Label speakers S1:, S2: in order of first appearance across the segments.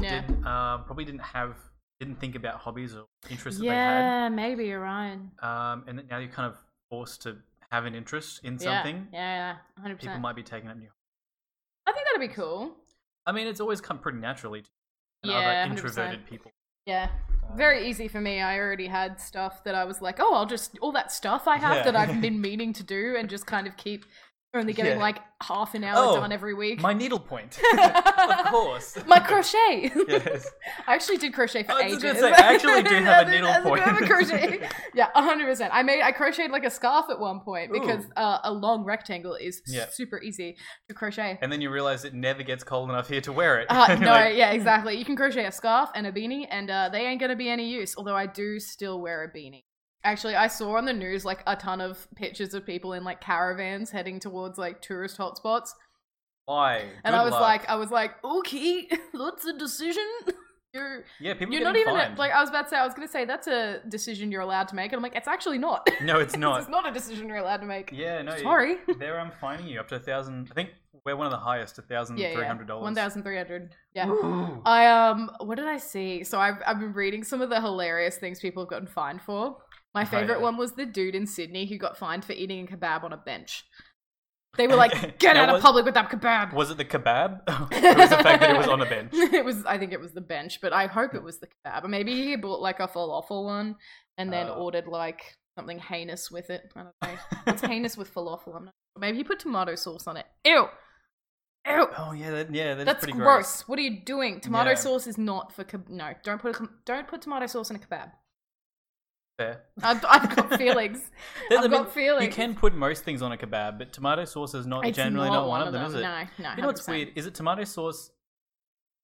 S1: Yeah.
S2: didn't um, probably didn't have didn't think about hobbies or interests that
S1: Yeah, maybe you're right.
S2: they had. Um, and now you're kind of forced to have an interest in
S1: Yeah,
S2: something.
S1: Yeah, yeah, hundred
S2: People
S1: percent.
S2: might be taking up new.
S1: I think that'd be cool.
S2: I mean, it's always come pretty naturally to and
S1: Yeah, 100%.
S2: other introverted people.
S1: Yeah,
S2: Um,
S1: very easy for me. I already had stuff that I was like, oh, I'll just all that stuff I have
S2: Yeah.
S1: that I've been meaning to do, and just kind of keep only getting
S2: Yeah.
S1: like half an hour
S2: Oh,
S1: done every week.
S2: My needlepoint. of course.
S1: My crochet.
S2: yes.
S1: I actually did crochet for
S2: I was
S1: ages.
S2: just gonna say, I actually do have a
S1: I did-
S2: needle
S1: I did
S2: point.
S1: have a crochet. Yeah, hundred percent. I made I crocheted like a scarf at one point because
S2: Ooh.
S1: uh, a long rectangle is
S2: Yeah.
S1: super easy to crochet.
S2: And then you realize it never gets cold enough here to wear it.
S1: Uh, no,
S2: Like,
S1: yeah, exactly. You can crochet a scarf and a beanie, and uh, they ain't gonna be any use. Although I do still wear a beanie. Actually, I saw on the news like a ton of pictures of people in like caravans heading towards like tourist hotspots,
S2: why?
S1: and
S2: Good
S1: I was
S2: luck.
S1: like, I was like, okay, that's a decision. You're
S2: yeah, people
S1: You're
S2: getting
S1: not even a-
S2: fined.
S1: like I was about to say. I was going to say that's a decision you're allowed to make, and I'm like, it's actually not.
S2: No, it's not.
S1: it's not a decision you're allowed to make.
S2: Yeah, no.
S1: Sorry.
S2: They're um, fining you up to a thousand. I think we're one of the highest, a thousand
S1: Yeah,
S2: three
S1: yeah.
S2: hundred dollars.
S1: One thousand three hundred. Yeah.
S2: Ooh.
S1: I um. What did I see? So I've I've been reading some of the hilarious things people have gotten fined for. My
S2: Oh,
S1: favorite
S2: yeah.
S1: one was the dude in Sydney who got fined for eating a kebab on a bench. They were like, "Get
S2: Now
S1: out of
S2: was-
S1: public with that kebab."
S2: Was it the kebab? it was the fact that it was on a bench.
S1: it was. I think it was the bench, but I hope it was the kebab. Or maybe he bought like a falafel one, and then
S2: Uh.
S1: ordered like something heinous with it. I don't know. It's heinous with falafel. I'm not sure. Maybe he put tomato sauce on it. Ew. Ew.
S2: oh yeah, that, yeah, that's,
S1: That's
S2: pretty
S1: gross. What are you doing? Tomato
S2: Yeah.
S1: sauce is not for keb- no. Don't put a, com- don't put tomato sauce in a kebab.
S2: Fair.
S1: I've, I've got feelings.
S2: That-
S1: I've
S2: I mean,
S1: got feelings.
S2: you can put most things on a kebab, but tomato sauce is not
S1: It's
S2: generally not, one, of them, is it?
S1: No, no.
S2: You know what's
S1: 100%.
S2: weird is it tomato sauce.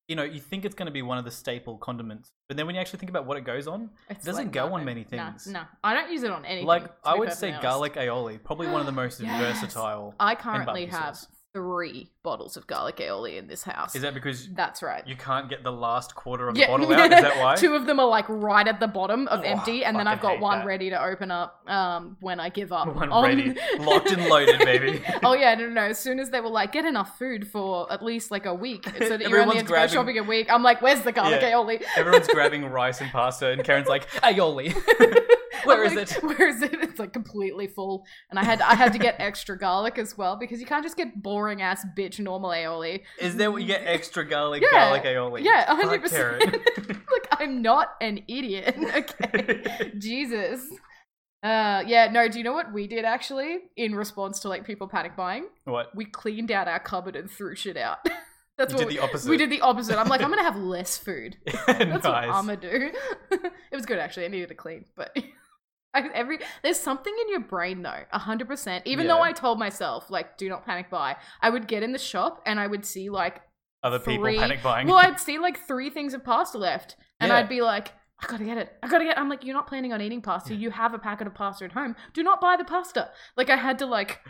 S2: You know, you think it's going to be one of the staple condiments, but then when you actually think about what it goes on,
S1: It's
S2: doesn't
S1: like,
S2: go
S1: no,
S2: on
S1: no,
S2: many
S1: no,
S2: things.
S1: No, I don't use it on anything.
S2: like
S1: to
S2: I
S1: be
S2: would
S1: perfectly
S2: say,
S1: honest.
S2: garlic aioli, probably one of the most
S1: Yes. Uh,
S2: versatile.
S1: I currently
S2: barbecue
S1: have
S2: sauce.
S1: three bottles of garlic aioli in this house.
S2: Is that because
S1: That's right.
S2: you can't get the last quarter of the bottle out? Is that why?
S1: Two of them are like right at the bottom of
S2: Oh,
S1: empty, and then
S2: fucking
S1: I've got
S2: hate
S1: one
S2: that.
S1: ready to open up um, when I give up.
S2: One
S1: on-
S2: ready, locked and loaded, baby.
S1: oh yeah, no, no, no. As soon as they were like, get enough food for at least like a week, so that you
S2: Everyone's
S1: only have to
S2: grabbing-
S1: go shopping a week. I'm like, where's the garlic
S2: Yeah.
S1: aioli?
S2: Everyone's grabbing rice and pasta, and Karen's like, aioli. Where
S1: I'm like,
S2: is it?
S1: Where is it? It's like completely full, and I had I had to get extra garlic as well because you can't just get boring ass bitch normal aioli.
S2: Is there what you get extra garlic,
S1: Yeah.
S2: garlic aioli?
S1: Yeah,
S2: Fuck,
S1: 100%. Look, I'm not an idiot. Okay.
S2: Karen.
S1: Jesus. Uh, yeah, no, do you know what we did actually in response to like people panic buying?
S2: what?
S1: We cleaned out our cupboard and threw shit out. That's
S2: You
S1: what
S2: did
S1: we,
S2: the opposite.
S1: we did the opposite. I'm like, I'm gonna have less food. That's what I'm
S2: nice.
S1: gonna do. it was good actually. I needed to clean, but I, every there's something in your brain though, hundred percent. Even though
S2: Yeah.
S1: I told myself like, do not panic buy, I would get in the shop and I would see like
S2: Other people
S1: three-
S2: panic buying.
S1: well, I'd see like three things of pasta left, and
S2: Yeah.
S1: I'd be like, I gotta get it. I gotta get. I'm like, you're not planning on eating pasta.
S2: Yeah.
S1: You have a packet of pasta at home. Do not buy the pasta. Like I had to like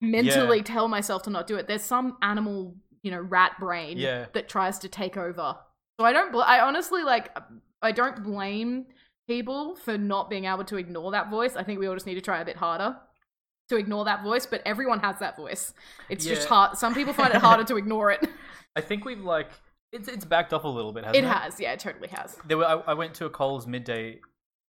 S1: mentally tell myself to not do it. There's some animal, you know, rat brain
S2: Yeah.
S1: that tries to take over. So I don't. Bl- I honestly like. I don't blame people for not being able to ignore that voice. I think we all just need to try a bit harder to ignore that voice. But everyone has that voice. It's just
S2: Yeah.
S1: hard. Some people find it harder to ignore it.
S2: I think we've like it's it's backed up a little bit, hasn't
S1: It
S2: it?
S1: has, yeah, it totally has.
S2: There were, I, I went to a Coles midday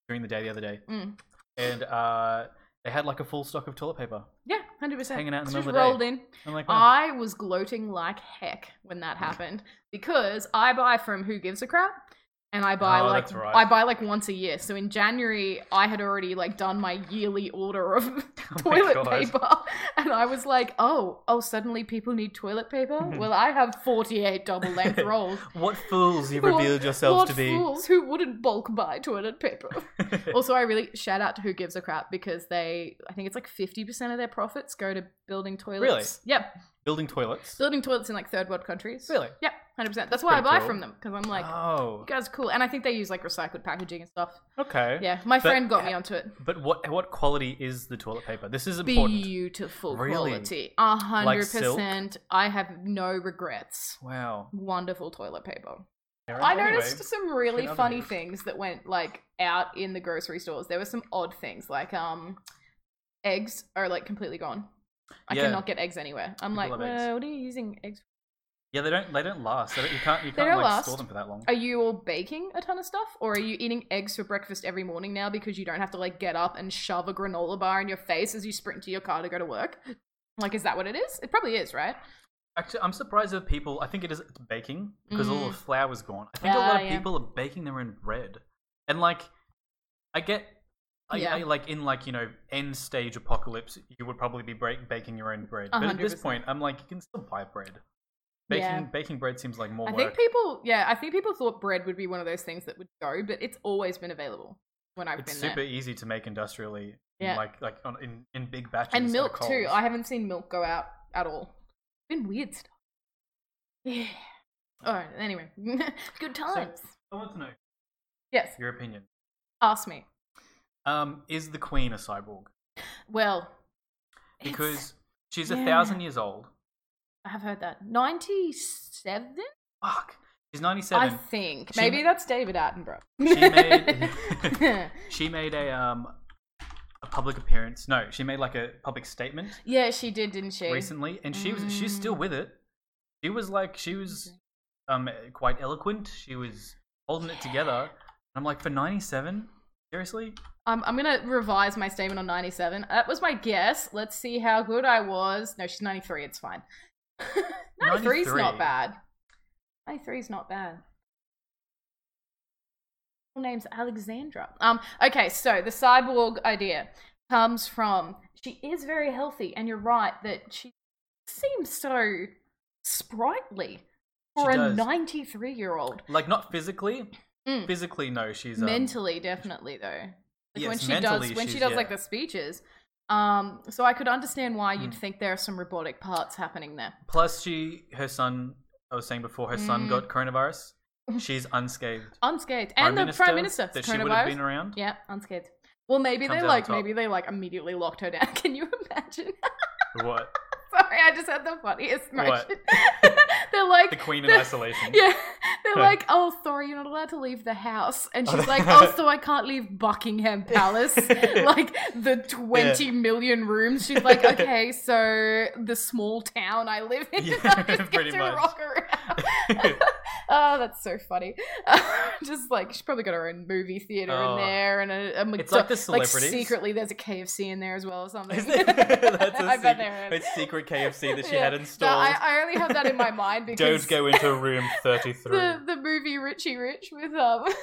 S2: during the day the other day,
S1: Mm.
S2: and uh, they had like a full stock of toilet paper
S1: Yeah, hundred percent.
S2: hanging out in the
S1: Just
S2: middle of
S1: rolled
S2: the day.
S1: in.
S2: I'm like, wow.
S1: I was gloating like heck when that happened because I buy from Who Gives a Crap, and I buy
S2: Oh,
S1: like
S2: that's right.
S1: I buy like once a year. So in January, I had already like done my yearly order of
S2: Oh my
S1: toilet
S2: God.
S1: paper, and I was like, oh, oh, suddenly people need toilet paper.
S2: Mm-hmm.
S1: well, I have forty-eight double-length rolls.
S2: What fools you've
S1: What-
S2: revealed yourselves
S1: Lord
S2: to be.
S1: fools who wouldn't bulk buy toilet paper. also, I really shout out to Who Gives a Crap because they, I think it's like 50% of their profits go to building toilets.
S2: Really?
S1: Yep.
S2: Building toilets.
S1: Building toilets in like third world countries.
S2: Really?
S1: Yep, 100%. That's why I
S2: pretty
S1: buy
S2: cool.
S1: from them because I'm like,
S2: oh,
S1: you guys are cool. And I think they use like recycled packaging and stuff.
S2: okay.
S1: Yeah, my
S2: But-
S1: friend got me onto it.
S2: But what what quality is the toilet paper? This is important.
S1: Beautiful
S2: Really?
S1: quality. A
S2: Like
S1: 100%.
S2: silk?
S1: I have no regrets.
S2: Wow.
S1: Wonderful toilet paper.
S2: Karen,
S1: I
S2: anyway,
S1: noticed some really
S2: in other
S1: funny
S2: news.
S1: things that went like out in the grocery stores. There were some odd things like um eggs are like completely gone. I
S2: Yeah.
S1: cannot get eggs anywhere. I'm
S2: People
S1: like,
S2: love
S1: well,
S2: eggs.
S1: what are you using eggs?
S2: Yeah, they don't. They don't last. They don't, you can't. You
S1: They
S2: can't
S1: don't
S2: like
S1: last.
S2: store them for that long.
S1: Are you all baking a ton of stuff, or are you eating eggs for breakfast every morning now because you don't have to like get up and shove a granola bar in your face as you sprint to your car to go to work? Like, is that what it is? It probably is, right?
S2: Actually, I'm surprised that people. I think it is baking because all
S1: Mm.
S2: the flour's gone. I think a
S1: Ah,
S2: lot of
S1: yeah.
S2: people are baking their own bread, and like, I get, I,
S1: Yeah.
S2: I- like in like you know end stage apocalypse, you would probably be break, baking your own bread.
S1: A
S2: But at
S1: hundred
S2: this
S1: percent.
S2: point, I'm like, you can still buy bread. Baking
S1: Yeah.
S2: baking bread seems like more
S1: I
S2: work.
S1: think people, yeah, I think people thought bread would be one of those things that would go, but it's always been available when I've
S2: it's
S1: been
S2: super
S1: there.
S2: easy to make industrially,
S1: Yeah.
S2: like like on, in in big batches. at
S1: And
S2: a
S1: milk too.
S2: Coles.
S1: I haven't seen milk go out at all. It's been weird stuff. Yeah. All right. Anyway, good times.
S2: I want to know
S1: yes.
S2: your opinion.
S1: Ask me.
S2: Um, is the queen a cyborg?
S1: Well, it's-
S2: Because she's a
S1: yeah.
S2: thousand years old.
S1: I have heard that ninety-seven.
S2: Fuck. She's 97.
S1: I think
S2: She
S1: maybe
S2: ma-
S1: that's David Attenborough.
S2: made- she made a um a public appearance. No, she made like a public statement
S1: yeah, she did, didn't she?
S2: recently and she was she's still
S1: Mm.
S2: with it. She was like she was um quite eloquent. She was holding it together. And I'm like for 97? Seriously?
S1: Um, I'm gonna revise my statement on 97. That was my guess. Let's see how good I was. No, she's 93. It's fine. 93's
S2: 93.
S1: not bad. 93's not bad. Her name's Alexandra. Um, okay, so the cyborg idea comes from she is very healthy, and you're right that she seems so sprightly for a
S2: She does.
S1: 93 year old.
S2: Like not physically.
S1: Mm.
S2: Physically no, she's um,
S1: mentally definitely though like
S2: Yes,
S1: when she
S2: mentally
S1: does when she
S2: she's-
S1: does like
S2: yeah.
S1: the speeches um so i could understand why you'd
S2: Mm.
S1: think there are some robotic parts happening there
S2: plus she her son I was saying before her son
S1: Mm.
S2: got coronavirus. She's unscathed.
S1: unscathed and the prime minister
S2: that she would have
S1: coronavirus
S2: been around.
S1: yeah unscathed well maybe
S2: Comes
S1: they
S2: out on
S1: like
S2: top.
S1: maybe they like immediately locked her down can you imagine
S2: What?
S1: sorry i just had the funniest motion
S2: What?
S1: they're like
S2: The queen in
S1: they're-
S2: isolation.
S1: yeah they're
S2: Huh.
S1: like oh sorry you're not allowed to leave the house and
S2: Oh,
S1: she's
S2: they-
S1: like oh so i can't leave buckingham palace like the twenty million rooms. She's like, okay, so the small town I live in.
S2: Yeah,
S1: I just get
S2: pretty
S1: to
S2: much.
S1: rock around. oh, that's so funny. just like she's probably got her own movie theater
S2: Oh.
S1: in there, and a, a Mc-
S2: It's like the
S1: like
S2: celebrities.
S1: secretly there's a KFC in there as well or something.
S2: Is it? That's a
S1: I bet
S2: secret-
S1: there is.
S2: It's secret KFC that she
S1: Yeah.
S2: had
S1: No,
S2: installed.
S1: I, I only have that in my mind because
S2: Don't go into room 33.
S1: the the movie Richie Rich with um.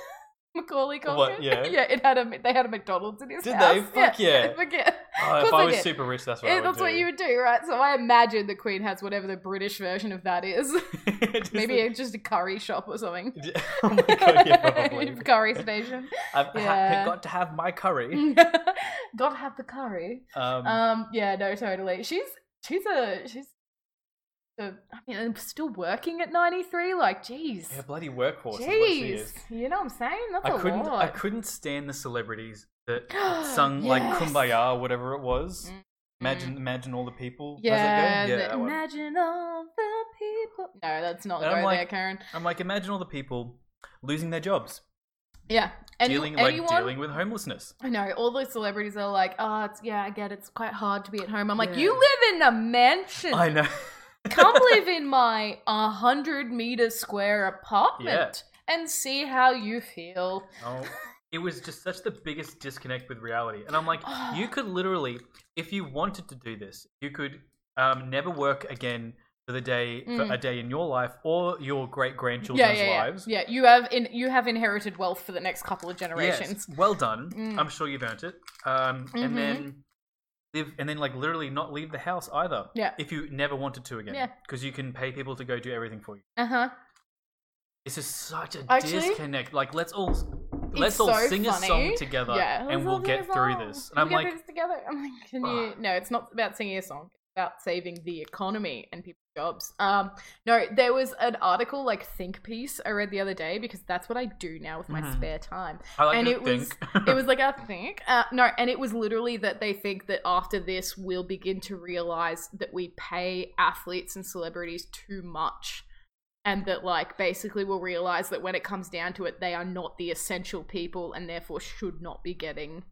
S1: Macaulay Culkin.
S2: What, yeah?
S1: it had a they had a McDonald's in his
S2: Did
S1: house.
S2: they? Fuck yeah.
S1: Forget.
S2: Oh,
S1: course
S2: if
S1: I
S2: I was
S1: did.
S2: super rich, that's what
S1: Yeah,
S2: I would
S1: that's what you would do, right? So I imagine the Queen has whatever the British version of that is.
S2: do. Just-
S1: Maybe it's just a curry shop or something.
S2: oh my god, yeah, probably.
S1: curry station.
S2: I've ha-
S1: Yeah.
S2: got to have my curry.
S1: Gotta have the curry.
S2: Um,
S1: Um, yeah, no, totally. She's she's a she's a, I mean, I'm still working at 93. Like, jeez,
S2: yeah, bloody workhorse. Is what she
S1: jeez.
S2: is.
S1: You know what I'm saying? That's
S2: I
S1: a
S2: couldn't.
S1: lot.
S2: I couldn't stand the celebrities that sung like
S1: Yes.
S2: "Kumbaya" or whatever it was.
S1: Mm.
S2: Imagine, imagine all the people. How's
S1: Yeah,
S2: that go?
S1: the-
S2: yeah that one.
S1: imagine all the people. No, that's not
S2: And I'm
S1: go there,
S2: like-
S1: Karen.
S2: I'm like, imagine all the people losing their jobs,
S1: Yeah, Any,
S2: dealing
S1: anyone,
S2: like dealing with homelessness.
S1: I know all those celebrities are like, oh, it's, yeah, I get it. it's quite hard to be at home. I'm like,
S2: Yeah.
S1: you live in a mansion.
S2: I know.
S1: Come live in my 100 meter square apartment and see how you feel.
S2: Oh, it was just such the biggest disconnect with reality, and I'm like, you
S1: Ah.
S2: could literally, if you wanted to do this, you could um, never work again for the day for
S1: Mm.
S2: a day in your life or your great grandchildren's
S1: yeah, yeah, yeah.
S2: lives.
S1: yeah. You have in you have inherited wealth for the next couple of generations.
S2: Yes, well done.
S1: Mm.
S2: I'm sure you've earned it. Um,
S1: Mhm.
S2: And then live, and then like literally not leave the house either.
S1: Yeah.
S2: If you never wanted to again,
S1: Yeah.
S2: because you can pay people to go do everything for you.
S1: Uh huh.
S2: This is such a
S1: Actually-
S2: disconnect. Like let's all let's
S1: It's
S2: all
S1: so
S2: sing a
S1: funny.
S2: song together
S1: Yeah,
S2: and
S1: let's
S2: we'll
S1: all do
S2: get
S1: this
S2: through
S1: all.
S2: this. And
S1: We'll
S2: I'm
S1: get
S2: like,
S1: through this together. I'm like, can you?
S2: Ugh.
S1: No, it's not about singing a song. It's about saving the economy and people's jobs. Um, no, there was an article like think piece I read the other day because that's what I do now with my
S2: Mhm.
S1: spare time.
S2: I like
S1: and
S2: to
S1: it was-
S2: think.
S1: It was like I think uh, no, and it was literally that they think that after this we'll begin to realize that we pay athletes and celebrities too much. And that, like, basically, we'll realize that when it comes down to it, they are not the essential people and therefore should not be getting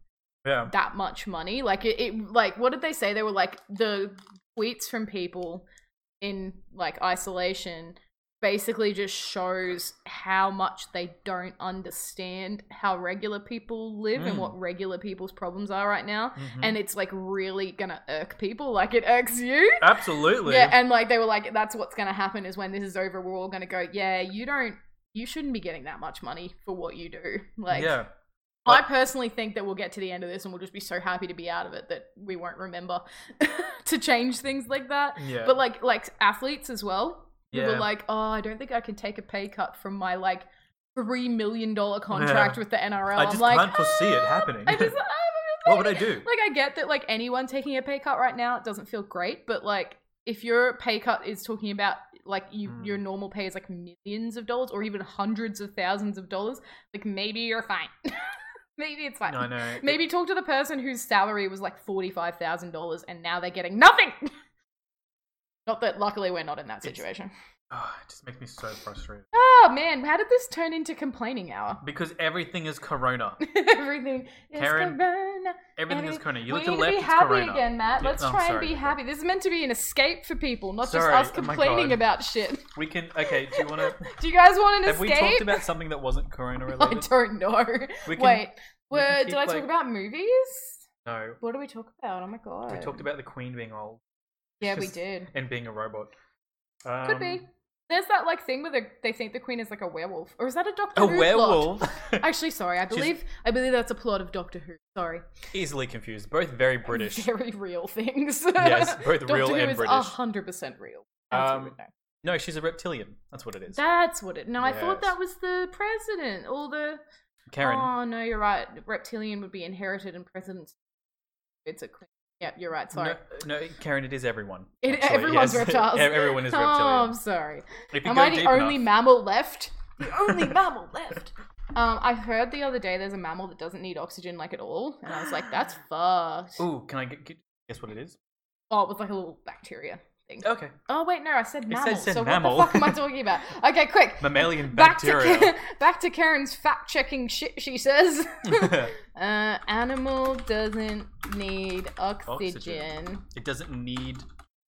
S2: yeah.
S1: that much money. Like it, it like what did they say? They were like the tweets from people in like isolation basically just shows how much they don't understand how regular people live and
S2: Mm.
S1: what regular people's problems are right now.
S2: Mhm.
S1: And it's like really gonna irk people, like it irks you.
S2: Absolutely.
S1: Yeah, and like they were like, that's what's gonna happen is when this is over, we're all gonna go, yeah, you don't, you shouldn't be getting that much money for what you do. Like,
S2: yeah.
S1: I personally think that we'll get to the end of this and we'll just be so happy to be out of it that we won't remember to change things like that.
S2: Yeah.
S1: But like like athletes as well, who were
S2: Yeah.
S1: like, oh, I don't think I can take a pay cut from my like three million dollar contract with the NRL.
S2: I just
S1: am like,
S2: can't foresee it
S1: "Ah,
S2: happening.
S1: I just,
S2: what would I do?
S1: like I get that like anyone taking a pay cut right now it doesn't feel great, but like if your pay cut is talking about like you
S2: Mm.
S1: your normal pay is like millions of dollars or even hundreds of thousands of dollars, like maybe you're fine. maybe it's fine.
S2: I know.
S1: Maybe talk to the person whose salary was like forty-five thousand dollars, and now they're getting nothing. Not that, luckily, we're not in that
S2: It's-
S1: situation.
S2: Oh, it just makes me so frustrated
S1: Oh man, how did this turn into complaining hour?
S2: because everything is corona.
S1: Everything is
S2: Karen,
S1: corona.
S2: Everything is
S1: Everything-
S2: corona. You
S1: we
S2: look to
S1: need
S2: the left,
S1: to be
S2: it's
S1: happy
S2: corona.
S1: again, Matt.
S2: Yeah,
S1: Let's
S2: no, I'm
S1: try and
S2: sorry.
S1: be happy. This is meant to be an escape for people, not
S2: Sorry.
S1: just us
S2: Oh my
S1: complaining
S2: God.
S1: about shit.
S2: We can. Okay. Do you want to?
S1: Do you guys want an
S2: Have we
S1: escape?
S2: talked about something that wasn't corona
S1: I
S2: related?
S1: don't know.
S2: We can,
S1: Wait,
S2: we can
S1: were-
S2: keep,
S1: did I talk
S2: like-
S1: about movies?
S2: No.
S1: What do we talk about? Oh my god.
S2: We talked about the queen being old
S1: Yeah, we
S2: just-
S1: did.
S2: and being a robot. Um,
S1: Could be. There's that like thing where the, they think the queen is like a werewolf, or is that a Doctor
S2: Um, A
S1: Who plot?
S2: werewolf.
S1: Actually, sorry, I
S2: She's-
S1: believe I believe that's a plot of Doctor Who. Sorry,
S2: Easily confused. Both very British.
S1: very real things.
S2: yes, both
S1: Doctor
S2: real
S1: Who
S2: and
S1: is
S2: British.
S1: hundred percent real. That's what we
S2: Um,
S1: know.
S2: No, she's a reptilian. That's what it is.
S1: That's what it. No, I thought
S2: Yes.
S1: that was the president. All the.
S2: Karen.
S1: Oh no, you're right. Reptilian would be inherited, and presidents. It's a queen. Yep, you're right. Sorry.
S2: No, no, Karen, it is everyone.
S1: It-
S2: actually,
S1: everyone's
S2: yes.
S1: reptiles.
S2: Ev- Everyone is
S1: oh,
S2: reptilian.
S1: I'm sorry.
S2: if you
S1: Am
S2: go
S1: I the
S2: deep
S1: only
S2: enough,
S1: mammal left? The only mammal left. Um, I heard the other day there's a mammal that doesn't need oxygen like at all, and I was like, that's fucked.
S2: Ooh, can I get, get- guess what it is?
S1: Oh, it was like a little bacteria thing.
S2: Okay.
S1: Oh wait, no, I said
S2: said-
S1: mammal.
S2: said
S1: so
S2: mammal.
S1: what the fuck am I talking about? Okay, quick.
S2: Mammalian
S1: Back to
S2: bacteria.
S1: Ka- back to Karen's fact checking shit. She says, uh, "Animal doesn't need
S2: Oxygen.
S1: oxygen.
S2: it doesn't need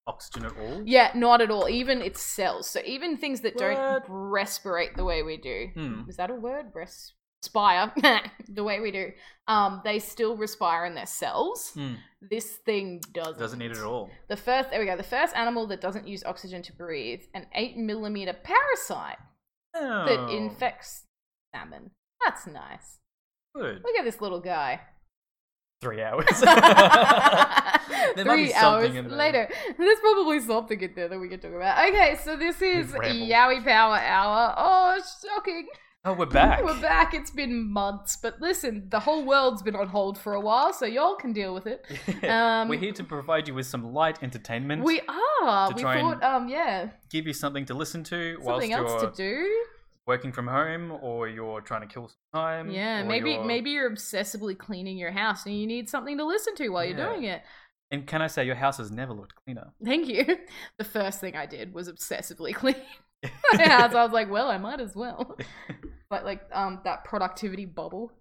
S2: oxygen at all.
S1: Yeah, not at all. Even its cells. So even things that don't
S2: What?
S1: respirate the way we do.
S2: Hmm.
S1: Is that a word? Res- respire the way we do. Um, they still respire in their cells.
S2: Mm.
S1: This thing doesn't.
S2: Doesn't need it at all.
S1: The first, there we go. The first animal that doesn't use oxygen to breathe, an eight millimeter parasite
S2: Oh,
S1: that infects salmon. That's nice.
S2: Oh, Good.
S1: Look at this little guy.
S2: Three hours. There might be
S1: Three
S2: something
S1: hours
S2: in there.
S1: later. There's probably something in there that we can talk about. Okay, so this is
S2: Ramble.
S1: Yowie Power Hour. Oh, shocking.
S2: oh, we're back.
S1: We're back. It's been months, but listen, the whole world's been on hold for a while, so y'all can deal with it. Um,
S2: we're here to provide you with some light entertainment.
S1: We are.
S2: To
S1: we
S2: try
S1: thought,
S2: and
S1: um, yeah,
S2: give you something to listen to whilst
S1: something else
S2: you're
S1: to do.
S2: working from home or you're trying to kill some time.
S1: Yeah,
S2: or
S1: maybe
S2: you're-
S1: maybe you're obsessively cleaning your house and you need something to listen to while you're
S2: Yeah.
S1: doing it.
S2: And can I say your house has never looked cleaner?
S1: Thank you. The first thing I did was obsessively clean my house. I was like, well, I might as well. But like um that productivity bubble.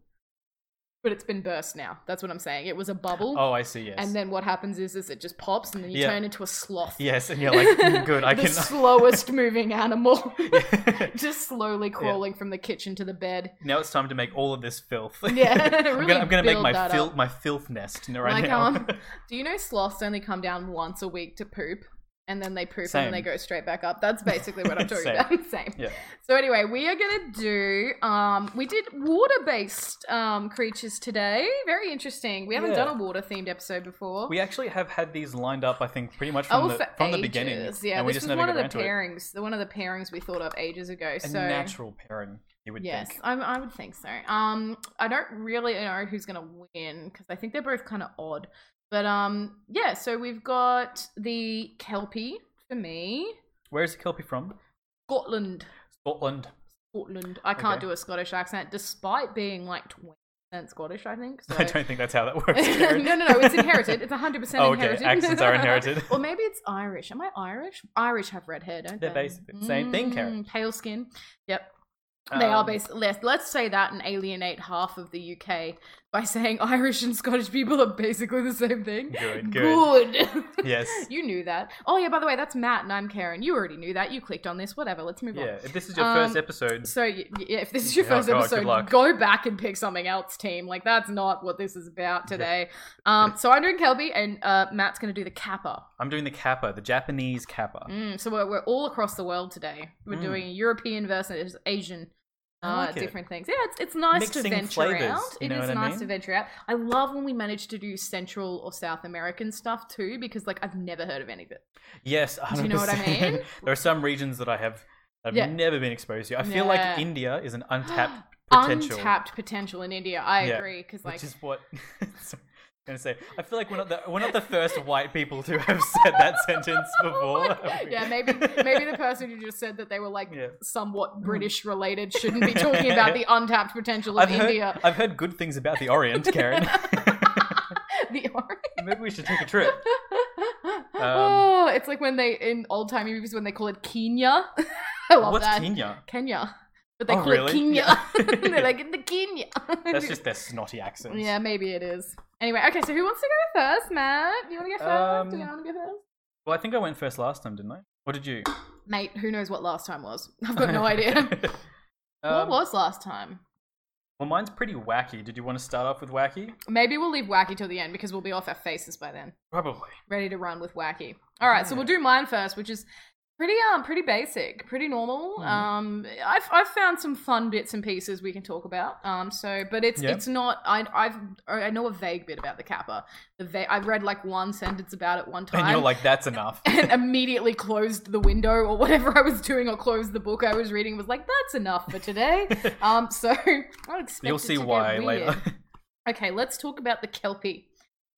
S1: But it's been burst now. That's what I'm saying. It was a bubble.
S2: Oh, I see. Yes.
S1: And then what happens is, is it just pops, and then you
S2: Yeah.
S1: turn into a sloth.
S2: yes, and you're like, "Mm, good. I
S1: the
S2: can.
S1: slowest moving animal, just slowly crawling from the kitchen to the bed.
S2: now it's time to make all of this filth.
S1: Yeah,
S2: I'm
S1: really
S2: gonna, I'm gonna make
S1: build
S2: my
S1: that
S2: filth
S1: up.
S2: my filth nest n- right
S1: Like,
S2: now.
S1: um, Do you know sloths only come down once a week to poop? And then they poop and then
S2: Same.
S1: they go straight back up. That's basically what I'm talking
S2: Same.
S1: about. Same.
S2: Yeah.
S1: So anyway, we are gonna do um we did water based um creatures today. Very interesting. We haven't
S2: Yeah.
S1: done a water themed episode before.
S2: we actually have had these lined up. I think pretty much from
S1: oh,
S2: the
S1: for
S2: from the beginning.
S1: ages. Yeah,
S2: and we
S1: this
S2: just
S1: was
S2: never
S1: one
S2: got
S1: of the
S2: around to it.
S1: pairings. The one of the pairings we thought of ages ago.
S2: A
S1: so
S2: natural pairing, you would
S1: yes,
S2: think.
S1: I, I would think so. Um, I don't really know who's gonna win because I think they're both kind of odd. But um, yeah. So we've got the kelpie for me,
S2: Where is the kelpie from?
S1: Scotland,
S2: Scotland.
S1: Scotland. I can't
S2: Okay.
S1: do a Scottish accent despite being like twenty percent Scottish. I think. So.
S2: I don't think that's how that works. Karen.
S1: no, no, no. It's inherited. It's hundred percent
S2: oh, okay.
S1: inherited.
S2: Accents are inherited.
S1: Or maybe it's Irish. Am I Irish? Irish have red hair, don't
S2: They're
S1: they?
S2: basi- same thing, Karen.
S1: Mm, Pale skin. Yep. They are
S2: Um,
S1: based. Let's, let's say that and alienate half of the UK by saying Irish and Scottish people are basically the same thing.
S2: Good, good.
S1: Good.
S2: Yes.
S1: you knew that. Oh, yeah, by the way, that's Matt and I'm Karen. You already knew that. You clicked on this. Whatever. Let's move
S2: Yeah,
S1: on.
S2: if this is your
S1: Um,
S2: first episode,
S1: So, y- y- yeah, if this is your
S2: Yeah, oh
S1: first
S2: God, good
S1: episode,
S2: luck.
S1: go back and pick something else, team. Like, that's not what this is about
S2: Yeah.
S1: today. Um, so, I'm doing Kelby, and uh, Matt's going to do the Kappa.
S2: I'm doing the kappa, the Japanese kappa.
S1: Mm, so, we're, we're all across the world today. We're
S2: Mm.
S1: doing European versus Asian
S2: I
S1: uh,
S2: like it.
S1: different things. Yeah, it's, it's nice to
S2: Mixing
S1: venture
S2: flavours,
S1: out.
S2: you
S1: It
S2: know
S1: is
S2: what I
S1: nice
S2: mean?
S1: to venture out. I love when we manage to do Central or South American stuff too, because like I've never heard of any of it.
S2: Yes, 100%.
S1: Do you know what I mean?
S2: there are some regions that I have that I've
S1: Yeah.
S2: never been exposed to. I feel
S1: Yeah.
S2: like India is an untapped potential.
S1: Untapped potential in India. I
S2: Yeah,
S1: agree because like
S2: which is what I was gonna say. I feel like we're not the we're not the first white people to have said that sentence before.
S1: Oh yeah, maybe maybe the person who just said that they were like
S2: Yeah. Mm.
S1: somewhat British related shouldn't be talking about the untapped potential of
S2: I've heard,
S1: India.
S2: I've heard good things about the Orient, Karen.
S1: the orange.
S2: maybe we should take a trip. Um,
S1: oh, it's like when they in old timey movies when they call it Kenya. I love
S2: What's
S1: that.
S2: Kenya?
S1: Kenya. But they
S2: Oh,
S1: call it
S2: really?
S1: Kenya. They're like in the Kenya.
S2: That's just their snotty accents.
S1: yeah, maybe it is. Anyway, okay, so who wants to go first, Matt? You want to go first? Do you
S2: Um,
S1: want to go first?
S2: Well, I think I went first last time, didn't I? Or did you?
S1: Mate, who knows what last time was? I've got no idea. what
S2: Um,
S1: was last time?
S2: Well, mine's pretty wacky. Did you want to start off with wacky?
S1: Maybe we'll leave wacky till the end because we'll be off our faces by then,
S2: Probably.
S1: ready to run with wacky. All right, so
S2: Yeah.
S1: we'll do mine first, which is pretty um pretty basic, pretty normal.
S2: Mhm.
S1: Um, I've I've found some fun bits and pieces we can talk about. Um, so but it's
S2: Yeah.
S1: it's not. I I've I know a vague bit about the kappa. The va- I've read like one sentence about it one time.
S2: And you're like, that's enough.
S1: and immediately closed the window or whatever I was doing, or closed the book I was reading. Was like, that's enough for today. Um, so I expect
S2: You'll
S1: it
S2: see
S1: to get
S2: why
S1: weird.
S2: later.
S1: Okay, let's talk about the kelpie.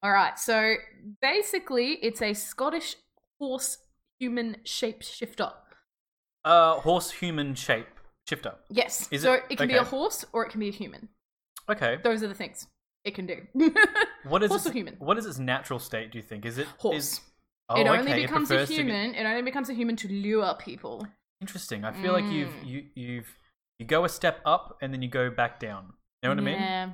S1: All right, so basically, it's a Scottish horse human shapeshifter.
S2: Uh, horse human shape shifter.
S1: Yes,
S2: Is
S1: so it,
S2: it-
S1: can be a
S2: okay.
S1: horse or it can be a human.
S2: Okay.
S1: Those are the things it can do.
S2: What is
S1: horse or
S2: its,
S1: human?
S2: What is its natural state? Do you think is it
S1: Horse.
S2: is- oh,
S1: it only
S2: okay,
S1: becomes a
S2: prefers to be-
S1: human. It only becomes a human to lure people.
S2: Interesting. I feel like you've
S1: Mm.
S2: you you've you go a step up and then you go back down. You know what I mean?
S1: Yeah.